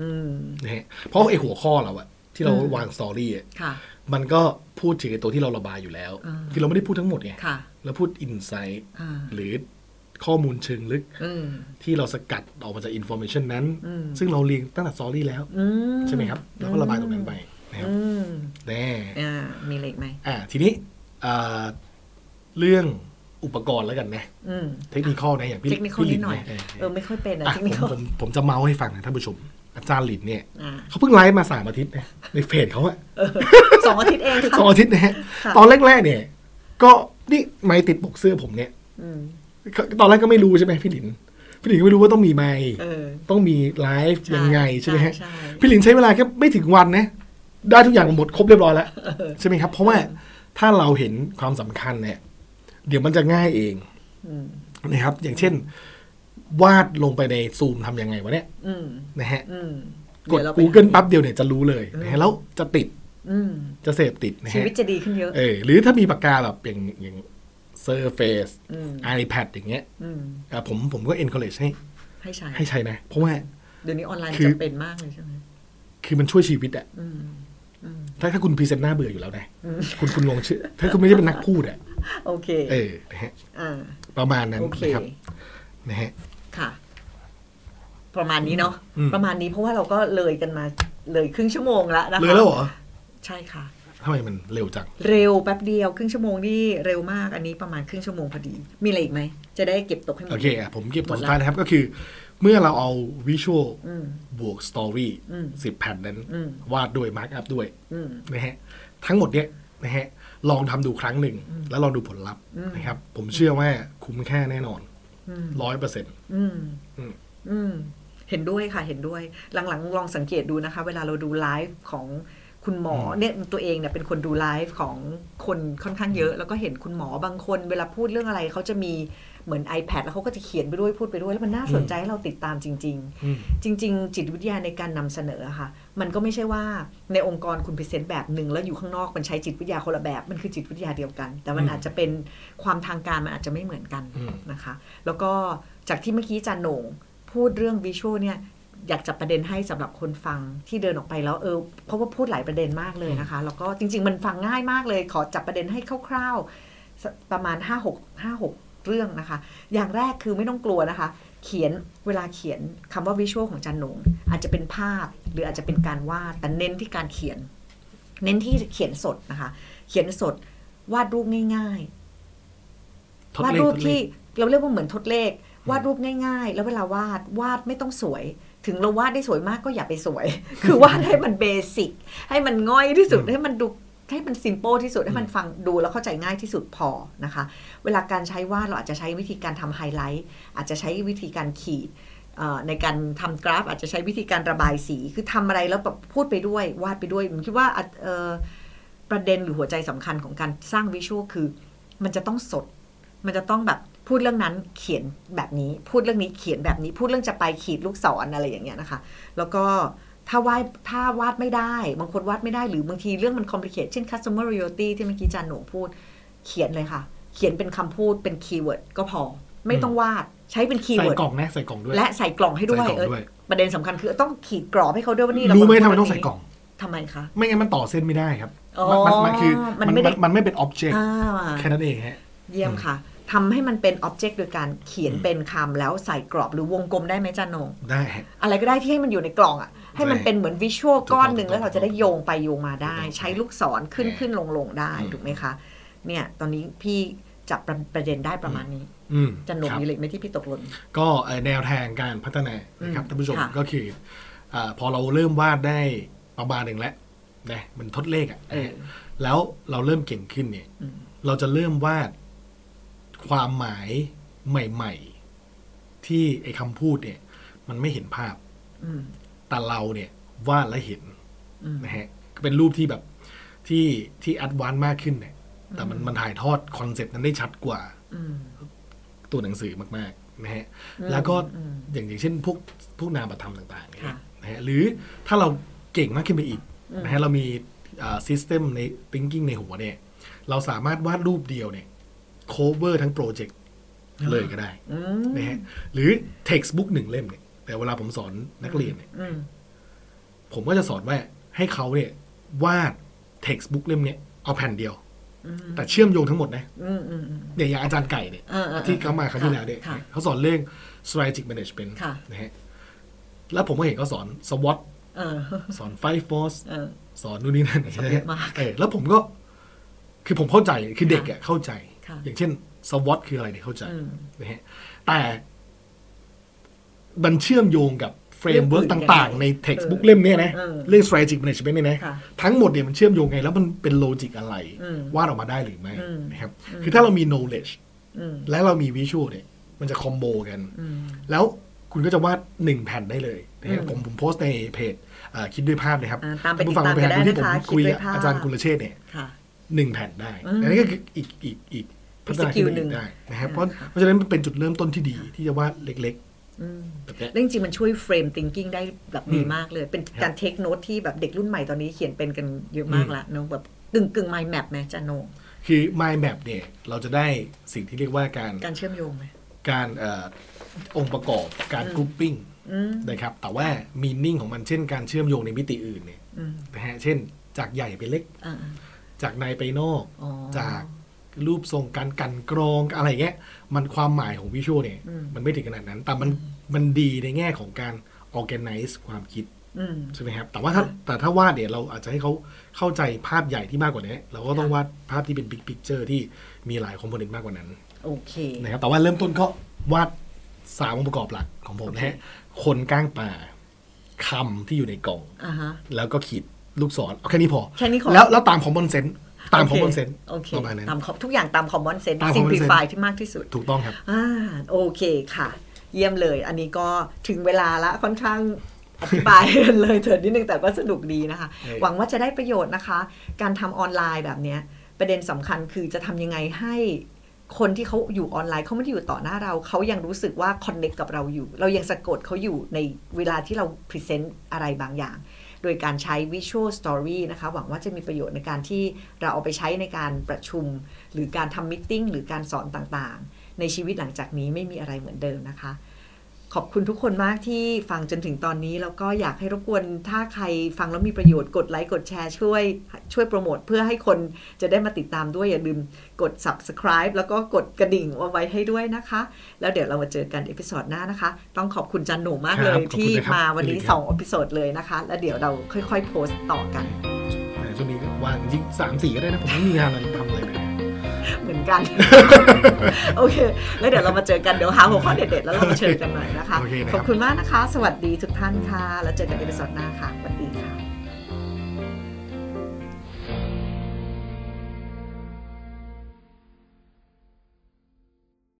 Speaker 1: อืม
Speaker 2: นะฮะเพราะไอ้หัวข้อเราอะ ที่เรา
Speaker 1: อืม
Speaker 2: วางสตอรี่อะ
Speaker 1: ค่ะ
Speaker 2: มันก็พูดถึงไอ้ตัวที่เราระบายอยู่แล้ว
Speaker 1: อ่า
Speaker 2: คือเราไม่ได้พูดทั้งหมดไง
Speaker 1: ค่ะ
Speaker 2: เราพูดอินไซต์
Speaker 1: อ่า
Speaker 2: หรือข้อมูลเชิงลึก
Speaker 1: อืม
Speaker 2: ที่เราสกัดออกมาจากอินโฟมชันนั้น
Speaker 1: อืม
Speaker 2: ซึ่งเราเรียงตั้งแต่สตอรี่แล้ว
Speaker 1: อื
Speaker 2: ใช่ไหมครับ แล้วก็ระบายตรงนั้นไปนะครับ
Speaker 1: อืม
Speaker 2: แน่
Speaker 1: อ่ามีอะไรอีกไหม
Speaker 2: อ่าทีนี้อ่าเรื่องอุปกรณ์แล้วกันนะ
Speaker 1: อืม
Speaker 2: เทคนิคอลนะอย่างพี่
Speaker 1: เทคนิคอล
Speaker 2: พี่
Speaker 1: นิดหน่อย
Speaker 2: เ
Speaker 1: เออไม่ค่อยเป็นอะ
Speaker 2: อ่ะ
Speaker 1: เทค
Speaker 2: ผ
Speaker 1: นิ
Speaker 2: ม
Speaker 1: คอล
Speaker 2: ผมผมจะเมาส์ให้ฟังนะท่านผู้ชม อาจารย์หลินเนี่ย
Speaker 1: อ่า
Speaker 2: เขาเพิ่งไลฟ์มาสามอาทิตย์นะในเฟซเขาอะ
Speaker 1: เออสองอาทิตย์เองค่ะ
Speaker 2: สองอาทิตย์นะฮะ
Speaker 1: ค่ะ
Speaker 2: ตอนแรกๆเนี่ย ก็นี่ไม้ติดปกเสื้อผมเนี่ย
Speaker 1: อืม
Speaker 2: ก็ตอนแรกก็ไม่รู้ใช่ไหมพี่หลิน พี่หลินก็ไม่รู้ว่าต้องมีไม้
Speaker 1: เออ
Speaker 2: ต้องมีไลฟ์
Speaker 1: ใช่
Speaker 2: ยังไงใช่ไหมฮะ
Speaker 1: ใช่
Speaker 2: พี่หลินใช้เวลาแค่ไม่ถึงวันนะได้ทุกอย่างหมดครบเรียบร้อยแล้วใช่ไหมครับ เพราะว่าถ้าเราเห็นความสำคัญเนี่ยเดี๋ยวมันจะง่ายเอง
Speaker 1: อืม
Speaker 2: นะครับ อย่างเช่น วาดลงไปในซูมทำยังไงวะเนี่ย
Speaker 1: อืม
Speaker 2: นะฮะ
Speaker 1: อืม
Speaker 2: กด
Speaker 1: เยวเราไป
Speaker 2: Google ปั๊บเดียวเนี่ยจะรู้เลยนะ
Speaker 1: เออ
Speaker 2: ฮะแล้วจะติด
Speaker 1: อืม
Speaker 2: จะเสพติดนะ
Speaker 1: ชี
Speaker 2: ฮะ
Speaker 1: วิตจะดีขึ้นเยอะ
Speaker 2: เออหรือถ้ามีปากกาแบบอย่างอย่างเซอร์เฟซ
Speaker 1: อืม
Speaker 2: ไอแพดอย่างเงี้ย
Speaker 1: อืม
Speaker 2: อ่ะผมผมก็ encourage ให้
Speaker 1: ให้ใช้
Speaker 2: ให้ใช้นะ เพราะว่า
Speaker 1: เดี๋ยวนี้ออนไลน์
Speaker 2: คือ
Speaker 1: จำเป็นมากเลยใช่ไหม
Speaker 2: คือมันช่วยชีวิตอะ
Speaker 1: อืมอืม
Speaker 2: ถ้าถ้าคุณพรีเซนต์หน้าเบื่ออยู่แล้วนะ
Speaker 1: อืม
Speaker 2: คุณคุณลงชื่อ ถ้าคุณไม่ได้เป็นนักพูดอ่ะ
Speaker 1: โอเค
Speaker 2: เออนะฮะ
Speaker 1: อ่า
Speaker 2: ประมาณนั้น
Speaker 1: โอเค
Speaker 2: นะครับนะฮะ
Speaker 1: ค่ะ ประมาณนี้เนาะ
Speaker 2: อืม
Speaker 1: ประมาณนี้เพราะว่าเราก็เลยกันมาเลยครึ่งชั่วโมงแล้วนะคะ
Speaker 2: เลยแล้วเหรอ
Speaker 1: ใช่ค่ะ
Speaker 2: ทำไมมันเร็วจัง
Speaker 1: เร็วแป๊บเดียวครึ่งชั่วโมงนี่เร็วมากอันนี้ประมาณครึ่งชั่วโมงพอดี มีอะไรอีกไหม จะได้เก็บตกให้หมด
Speaker 2: โอเคอ่ะผมเก็บตอนสุดท้ายนะครับก็คือ เมื่อเราเอาวิชวล
Speaker 1: อืม
Speaker 2: บวกสตอรี่
Speaker 1: อืม
Speaker 2: สิบแผ่นนั้น
Speaker 1: อืม
Speaker 2: วาดด้วยมาร์กอัพด้วย
Speaker 1: อืม
Speaker 2: นะฮะทั้งหมดเนี้ยนะฮะลองทำดูครั้งหนึ่ง แล้วลองดูผลลัพธ์
Speaker 1: อืม
Speaker 2: นะครับ ผมเชื่อว่าคุ้มค่าแน่นอน
Speaker 1: อืม
Speaker 2: ร้อยเปอร์เซ็นต์
Speaker 1: อืม
Speaker 2: อืม
Speaker 1: อืมเห็นด้วยค่ะเห็นด้วย หลังๆ ลองสังเกตดูนะคะ เวลาเราดูไลฟ์ของคุณหมอเนี่ยตัวเองเนี่ยเป็นคนดูไลฟ์ของคนค่อนข้างเยอะ แล้วก็เห็นคุณหมอบางคน เวลาพูดเรื่องอะไรเขาจะมีเหมือน iPad แล้วเขาก็จะเขียนไปด้วยพูดไปด้วยแล้วมันน่าสนใจให้เราติดตามจริง ๆ จริง ๆ จิตวิทยาในการนำเสนออะค่ะ มันก็ไม่ใช่ว่าในองค์กรคุณพรีเซนต์แบบหนึ่งแล้วอยู่ข้างนอกมันใช้จิตวิทยาคนละแบบ มันคือจิตวิทยาเดียวกัน แต่มัน
Speaker 2: อืม
Speaker 1: อาจจะเป็นความทางการมันอาจจะไม่เหมือนกัน
Speaker 2: อืม
Speaker 1: นะคะ แล้วก็จากที่เมื่อกี้อาจารย์โหน่งพูดเรื่องวิชวลเนี่ย อยากจับประเด็นให้สำหรับคนฟังที่เดินออกไปแล้วเออเพราะว่าพูดหลายประเด็นมากเลยนะคะ แล้วก็จริง ๆ มันฟังง่ายมากเลย ขอจับประเด็นให้คร่าวๆสประมาณ 5 6 5 6 เรื่องนะคะ อย่างแรกคือไม่ต้องกลัวนะคะ เขียนเวลาเขียนคำว่าวิชวลของจันหนงอาจจะเป็นภาพหรืออาจจะเป็นการวาดแต่เน้นที่การเขียน เน้นที่เขียนสดนะคะ เขียนสดวาดรูปง่าย ๆ
Speaker 2: ทด
Speaker 1: วาด
Speaker 2: เลข
Speaker 1: รูป
Speaker 2: ทดเล
Speaker 1: ที่
Speaker 2: ข
Speaker 1: เราเรียกว่าเหมือนทดเลข วาดรูปง่าย ๆ แล้วเวลาวาดวาดไม่ต้องสวย ถึงเราวาดได้สวยมากก็อย่าไปสวย คือวาดให้มันเบสิกให้มันง่อยที่สุด
Speaker 2: อืม
Speaker 1: ให้มันดูให้มันซิม p ป e ที่สุดให้มันฟังดูแล้วเข้าใจง่ายที่สุดพอนะคะ เวลาการใช้วาดเราอาจจะใช้วิธีการทำไฮไลท์อาจจะใช้วิธีการขีดเอ่อในการทำกราฟ อาจจะใช้วิธีการระบายสี คือทำอะไรแล้วแบบพูดไปด้วย วาดไปด้วยผมคิดว่าอ่ะเอ่อประเด็นหรือหัวใจสำคัญของการสร้างวิชวลคือ มันจะต้องสด มันจะต้องแบบพูดเรื่องนั้นเขียนแบบนี้ พูดเรื่องนี้เขียนแบบนี้ พูดเรื่องจะไปขีดลูกศรอะไรอย่างเงี้ยนะคะ แล้วก็ถ้าวาดถ้าวาดไม่ได้ บางคนวาดไม่ได้หรือบางทีเรื่องมันคอมพลีเคทเช่น customer loyalty ที่เมื่อกี้อาจานหนงพูด เขียนเลยค่ะ เขียนเป็นคำพูดเป็นคีย์เวิร์ดก็พอ ไม่ต้องวาดใช้เป็นคีย์
Speaker 2: ใส่
Speaker 1: เวิร์ด
Speaker 2: กล่องนะใส่กล่องด้วย
Speaker 1: และใส่กล่องให้ด้วย
Speaker 2: ใส่กล่อง
Speaker 1: เออ
Speaker 2: ด้วย
Speaker 1: ประเด็นสำคัญคือต้องขีดกรอบให้เขาด้วยว่านี่เา
Speaker 2: รู้ไหม
Speaker 1: กำลั
Speaker 2: ทำไม
Speaker 1: พูด
Speaker 2: ต้อง
Speaker 1: เรื่
Speaker 2: ใส่กล่อง
Speaker 1: ทำไมคะ
Speaker 2: ไม่งั้นมันต่อเส้นไม่ได้ครับ
Speaker 1: อ๋อ
Speaker 2: มันมันมันคือ
Speaker 1: มันไม่ได้
Speaker 2: มันไม่เป็นอ็อบเจกต์
Speaker 1: อ่า
Speaker 2: แค่นั้นเองฮะ
Speaker 1: เยี่ยมค่ะ ทำให้มันเป็นอ็อบเจกต์โดยการเขียนเป็นคำแล้วใส่กรอบหรือวงกลมได้ไหมจานง
Speaker 2: ได้ฮะ
Speaker 1: อะไรก็ได้ที่ให้มันอยู่ในกล่องอะให้มัน
Speaker 2: ใช่
Speaker 1: เป็นเหมือนวิชวลก้อนหนึ่ง
Speaker 2: ถูกต้อ
Speaker 1: แล้ว
Speaker 2: ง
Speaker 1: เราจะได้โยงไปโยงมาได้
Speaker 2: ถูกต้อง
Speaker 1: ใช้ลูกศรขึ้น
Speaker 2: ใช่
Speaker 1: ขึ้นลงลงได้
Speaker 2: อืม
Speaker 1: ถูกไหมคะ เนี่ย ตอนนี้พี่จับประประเด็นได้ประมาณนี้
Speaker 2: อืม
Speaker 1: จันนง
Speaker 2: ครับ
Speaker 1: มีเหล็กไหมที่พี่ตกหล่น
Speaker 2: ก็เอ่อแนวทางการพัฒนานะครับ
Speaker 1: อืม
Speaker 2: ท่านผู้ชม
Speaker 1: ค่ะ
Speaker 2: ก็คืออ่าพอเราเริ่มวาดได้ประมาณหนึ่งแล้วนะมันทดเลขอ่ะ
Speaker 1: เออ
Speaker 2: แล้วเราเริ่มเก่งขึ้นเนี่ย
Speaker 1: อืม
Speaker 2: เราจะเริ่มวาดความหมายใหม่ๆ ที่ไอ้คำพูดเนี่ย มันไม่เห็นภาพ
Speaker 1: อืม
Speaker 2: แต่เราเนี่ยวาดและเห็น
Speaker 1: อืม
Speaker 2: นะฮะก็เป็นรูปที่แบบที่ที่แอดวานซ์มากขึ้นเนี่ย แต่มันมันถ่ายทอดคอนเซปต์นั้นได้ชัดกว่า
Speaker 1: อืม
Speaker 2: ตัวหนังสือมากๆนะฮะ
Speaker 1: อืม
Speaker 2: แล้วก็
Speaker 1: อืม
Speaker 2: อย่างอย่างเช่นพวกพวกนามธรรมต่างๆเนี่ย
Speaker 1: ค่ะ
Speaker 2: นะฮะหรือถ้าเราเก่งมากขึ้นไปอีก
Speaker 1: อืม
Speaker 2: นะฮะเรามีซิสเต็มใน thinking ในหัวเนี่ย เราสามารถวาดรูปเดียวเนี่ย cover ทั้งโปรเจกต์เลยก็ได้
Speaker 1: อืม
Speaker 2: นะฮะหรือ textbook หนึ่งเล่มเนี่ย แต่เวลาผมสอนนักเรียนเนี่ย
Speaker 1: อืม
Speaker 2: ผมก็จะสอนว่าให้เขาเนี่ย วาด textbook เล่มเนี้ยเอาแผ่นเดียว แต่เชื่อมโยงทั้งหมดนะ
Speaker 1: อืมอืมอืม
Speaker 2: เนี่ยอย่างอาจารย์ไก่เนี่ย
Speaker 1: เออออออ
Speaker 2: ที่เขามาครั้งที่แล้วเนี่ย
Speaker 1: ค่ะ
Speaker 2: เขาสอนเรื่อง strategic management
Speaker 1: ค่ะ
Speaker 2: นะฮะแล้วผมก็เห็นเขาสอน SWOT
Speaker 1: เออ
Speaker 2: สอน five force
Speaker 1: เออ
Speaker 2: สอนนู่นนี่นั่น
Speaker 1: ส อนเยอะมาก
Speaker 2: เออแล้วผมก็ คือผมเข้าใจคือเด็กอะเข้าใจ
Speaker 1: ค่ะ
Speaker 2: อย่างเช่น SWOT คืออะไรเนี่ยเข้าใจ
Speaker 1: อืม
Speaker 2: นะฮะแต่มันเชื่อมโยงกับเฟรมเวิร์ก
Speaker 1: เรื่องอื่น
Speaker 2: ต่าง
Speaker 1: ยังไง
Speaker 2: ๆใน textbook เล่มเนี่ยนะ
Speaker 1: เออ
Speaker 2: เรื่อง strategic management เนี่ยนะ
Speaker 1: ค่ะ
Speaker 2: ทั้งหมดเนี่ยมันเชื่อมโยงไง แล้วมันเป็นโลจิกอะไร
Speaker 1: อืม
Speaker 2: วาดออกมาได้หรือไม่
Speaker 1: อืม
Speaker 2: นะครับ คือถ้าเรามี knowledge
Speaker 1: อืม
Speaker 2: และเรามีวิชวลเนี่ย มันจะคอมโบกัน
Speaker 1: อืม
Speaker 2: แล้วคุณก็จะวาดหนึ่งแผ่นได้เลยนะครับ
Speaker 1: อืม
Speaker 2: ผมผมโพสต์ในเพจเอ่อคิดด้วยภาพนะครับ
Speaker 1: อ่าตามไป
Speaker 2: ท่นผู้ฟัง
Speaker 1: ติดตาม
Speaker 2: ไปหา
Speaker 1: กัน
Speaker 2: ดู
Speaker 1: ได้
Speaker 2: ที่ผม
Speaker 1: นะคะ
Speaker 2: คุย
Speaker 1: คิดด้ว
Speaker 2: กับ
Speaker 1: ยภาพ
Speaker 2: อาจารย์กุลเชษฐ์เนี่ย
Speaker 1: ค่ะ
Speaker 2: หนึ่งแผ่นได้
Speaker 1: อืม
Speaker 2: อันนี้ก็คืออีกอีกอีกพัฒนาขึ้นไป
Speaker 1: สกิลหนึ่
Speaker 2: อี
Speaker 1: ง
Speaker 2: กได้นะครับ
Speaker 1: อืม
Speaker 2: เพราะเพราะฉะนั้นมันเป็นจุดเริ่มต้นที่ดีที่จะวาดเล็ก
Speaker 1: อืม
Speaker 2: ๆแบบเนี้ย
Speaker 1: เรื่องจริงมันช่วยเฟรม h ิงกิ้งได้แบบดี
Speaker 2: อืม
Speaker 1: มากเลย เป็น
Speaker 2: ครับ
Speaker 1: การเทคโน t ตที่แบบเด็กรุ่นใหม่ตอนนี้เขียนเป็นกันเยอะมาก
Speaker 2: อืม
Speaker 1: ละเนอะแบบกึ่งกึ่งไมล์แมปไหมจานโน
Speaker 2: คือ mind map เนี่ยเราจะได้สิ่งที่เรียกว่าการ
Speaker 1: การเชื่อมโยงไหม
Speaker 2: การเอ่อองค์ประกอบการ
Speaker 1: อืม
Speaker 2: กรุ๊ปปิ้ง
Speaker 1: อืม
Speaker 2: นะครับแต่ว่ามีนิ่งของมันเช่นการเชื่อมโยงในมิติอื่นเนี่ย
Speaker 1: อืม
Speaker 2: นะฮะเช่น จากใหญ่ไปเล็ก
Speaker 1: อ่าอ่า
Speaker 2: จากในไปนอก
Speaker 1: อ๋อ
Speaker 2: จากรูปทรงการกันกรองอะไรเงี้ยมันความหมายของวิชวลเนี่ย
Speaker 1: อืม
Speaker 2: มันไม่ถึงขนาดนั้น แต่มันมันดีในแง่ของการ organize ความคิด
Speaker 1: อืม
Speaker 2: ใช่ไหมครับแต่ว่าถ้าแต่ถ้าวาดเนี่ยเราอาจจะให้เขาเข้าใจภาพใหญ่ที่มากกว่านี้ เราก็ต้อง
Speaker 1: ค่ะ
Speaker 2: วาดภาพที่เป็น big picture ที่มีหลายคอมโพเนนต์มากกว่านั้น
Speaker 1: โอเค
Speaker 2: นะครับแต่ว่าเริ่มต้นก็วาดสามองค์ประกอบหลักของผมนะฮะคนก้างป่าคำที่อยู่ในกล่อง
Speaker 1: อ่าฮะ
Speaker 2: แล้วก็ขีดลูกศรเอาแค่นี้พอ
Speaker 1: แค่นี้พอ
Speaker 2: แล้วแล้วตามของบนเซนตามของบนเซน
Speaker 1: โอเค
Speaker 2: ประมาณนั้น
Speaker 1: ตามขอบทุกอย่างตามคอมมอนเซนต์
Speaker 2: ตาม
Speaker 1: ซิม
Speaker 2: common
Speaker 1: พลิ
Speaker 2: sense
Speaker 1: ฟายที่มากที่สุด
Speaker 2: ถูกต้องครับ
Speaker 1: อ่าโอเคค่ะ เยี่ยมเลย อันนี้ก็ถึงเวลาละค่อนข้างอธิบาย เลยเถิดนิดนึงแต่ก็สนุกดีนะคะ
Speaker 2: เออ
Speaker 1: หวังว่าจะได้ประโยชน์นะคะ การทำออนไลน์แบบเนี้ยประเด็นสำคัญคือจะทำยังไงให้คนที่เขาอยู่ออนไลน์เขาไม่ได้อยู่ต่อหน้าเราเขายังรู้สึกว่าคอนเน c t กับเราอยู่ เรายังสะกดเขาอยู่ในเวลาที่เราพรีเซนต์อะไรบางอย่าง โดยการใช้ Visual Story นะคะ หวังว่าจะมีประโยชน์ในการที่เราเอาไปใช้ในการประชุม หรือการทำมิทติ้งหรือการสอนต่างๆ ในชีวิตหลังจากนี้ไม่มีอะไรเหมือนเดิมนะคะ ขอบคุณทุกคนมากที่ฟังจนถึงตอนนี้ แล้วก็อยากให้รบกวนถ้าใครฟังแล้วมีประโยชน์กดไลค์กดแชร์ช่วยช่วยโปรโมทเพื่อให้คนจะได้มาติดตามด้วยอย่าลืมกด subscribe แล้วก็กดกระดิ่งเอาไว้ให้ด้วยนะคะ แล้วเดี๋ยวเรามาเจอกันเอพิโซดหน้านะคะ ต้องขอบคุณจันหนูมาก
Speaker 2: ครับ
Speaker 1: เลย
Speaker 2: ขอบคุณ
Speaker 1: ที่
Speaker 2: นะครับ
Speaker 1: มาวันนี้
Speaker 2: ยินดีครับ
Speaker 1: สองเอพิโซดเลยนะคะ แล้วเดี๋ยวเราค่อยๆโพสต์ต่อกัน
Speaker 2: แต่ช่วงนี้ก็ว่างจริงสามสี่ก็ได้นะ ผมไม่มีงานอะไรทำเลยนะ
Speaker 1: เหมือน กัน โอเค แล้วเดี๋ยวเรามาเจอกัน เดี๋ยวหาหัวข้อเด็ดๆ แล้วเรามาเชิญกันหน่อยนะคะ
Speaker 2: โอเคนะ
Speaker 1: ข
Speaker 2: ค
Speaker 1: อ
Speaker 2: รั
Speaker 1: บบ คุณมากนะคะ สวัสดีทุกท่านค่ะ แล้วเจอกันในเอพิโซดหน้าค่ะ สวัสดีค่ะ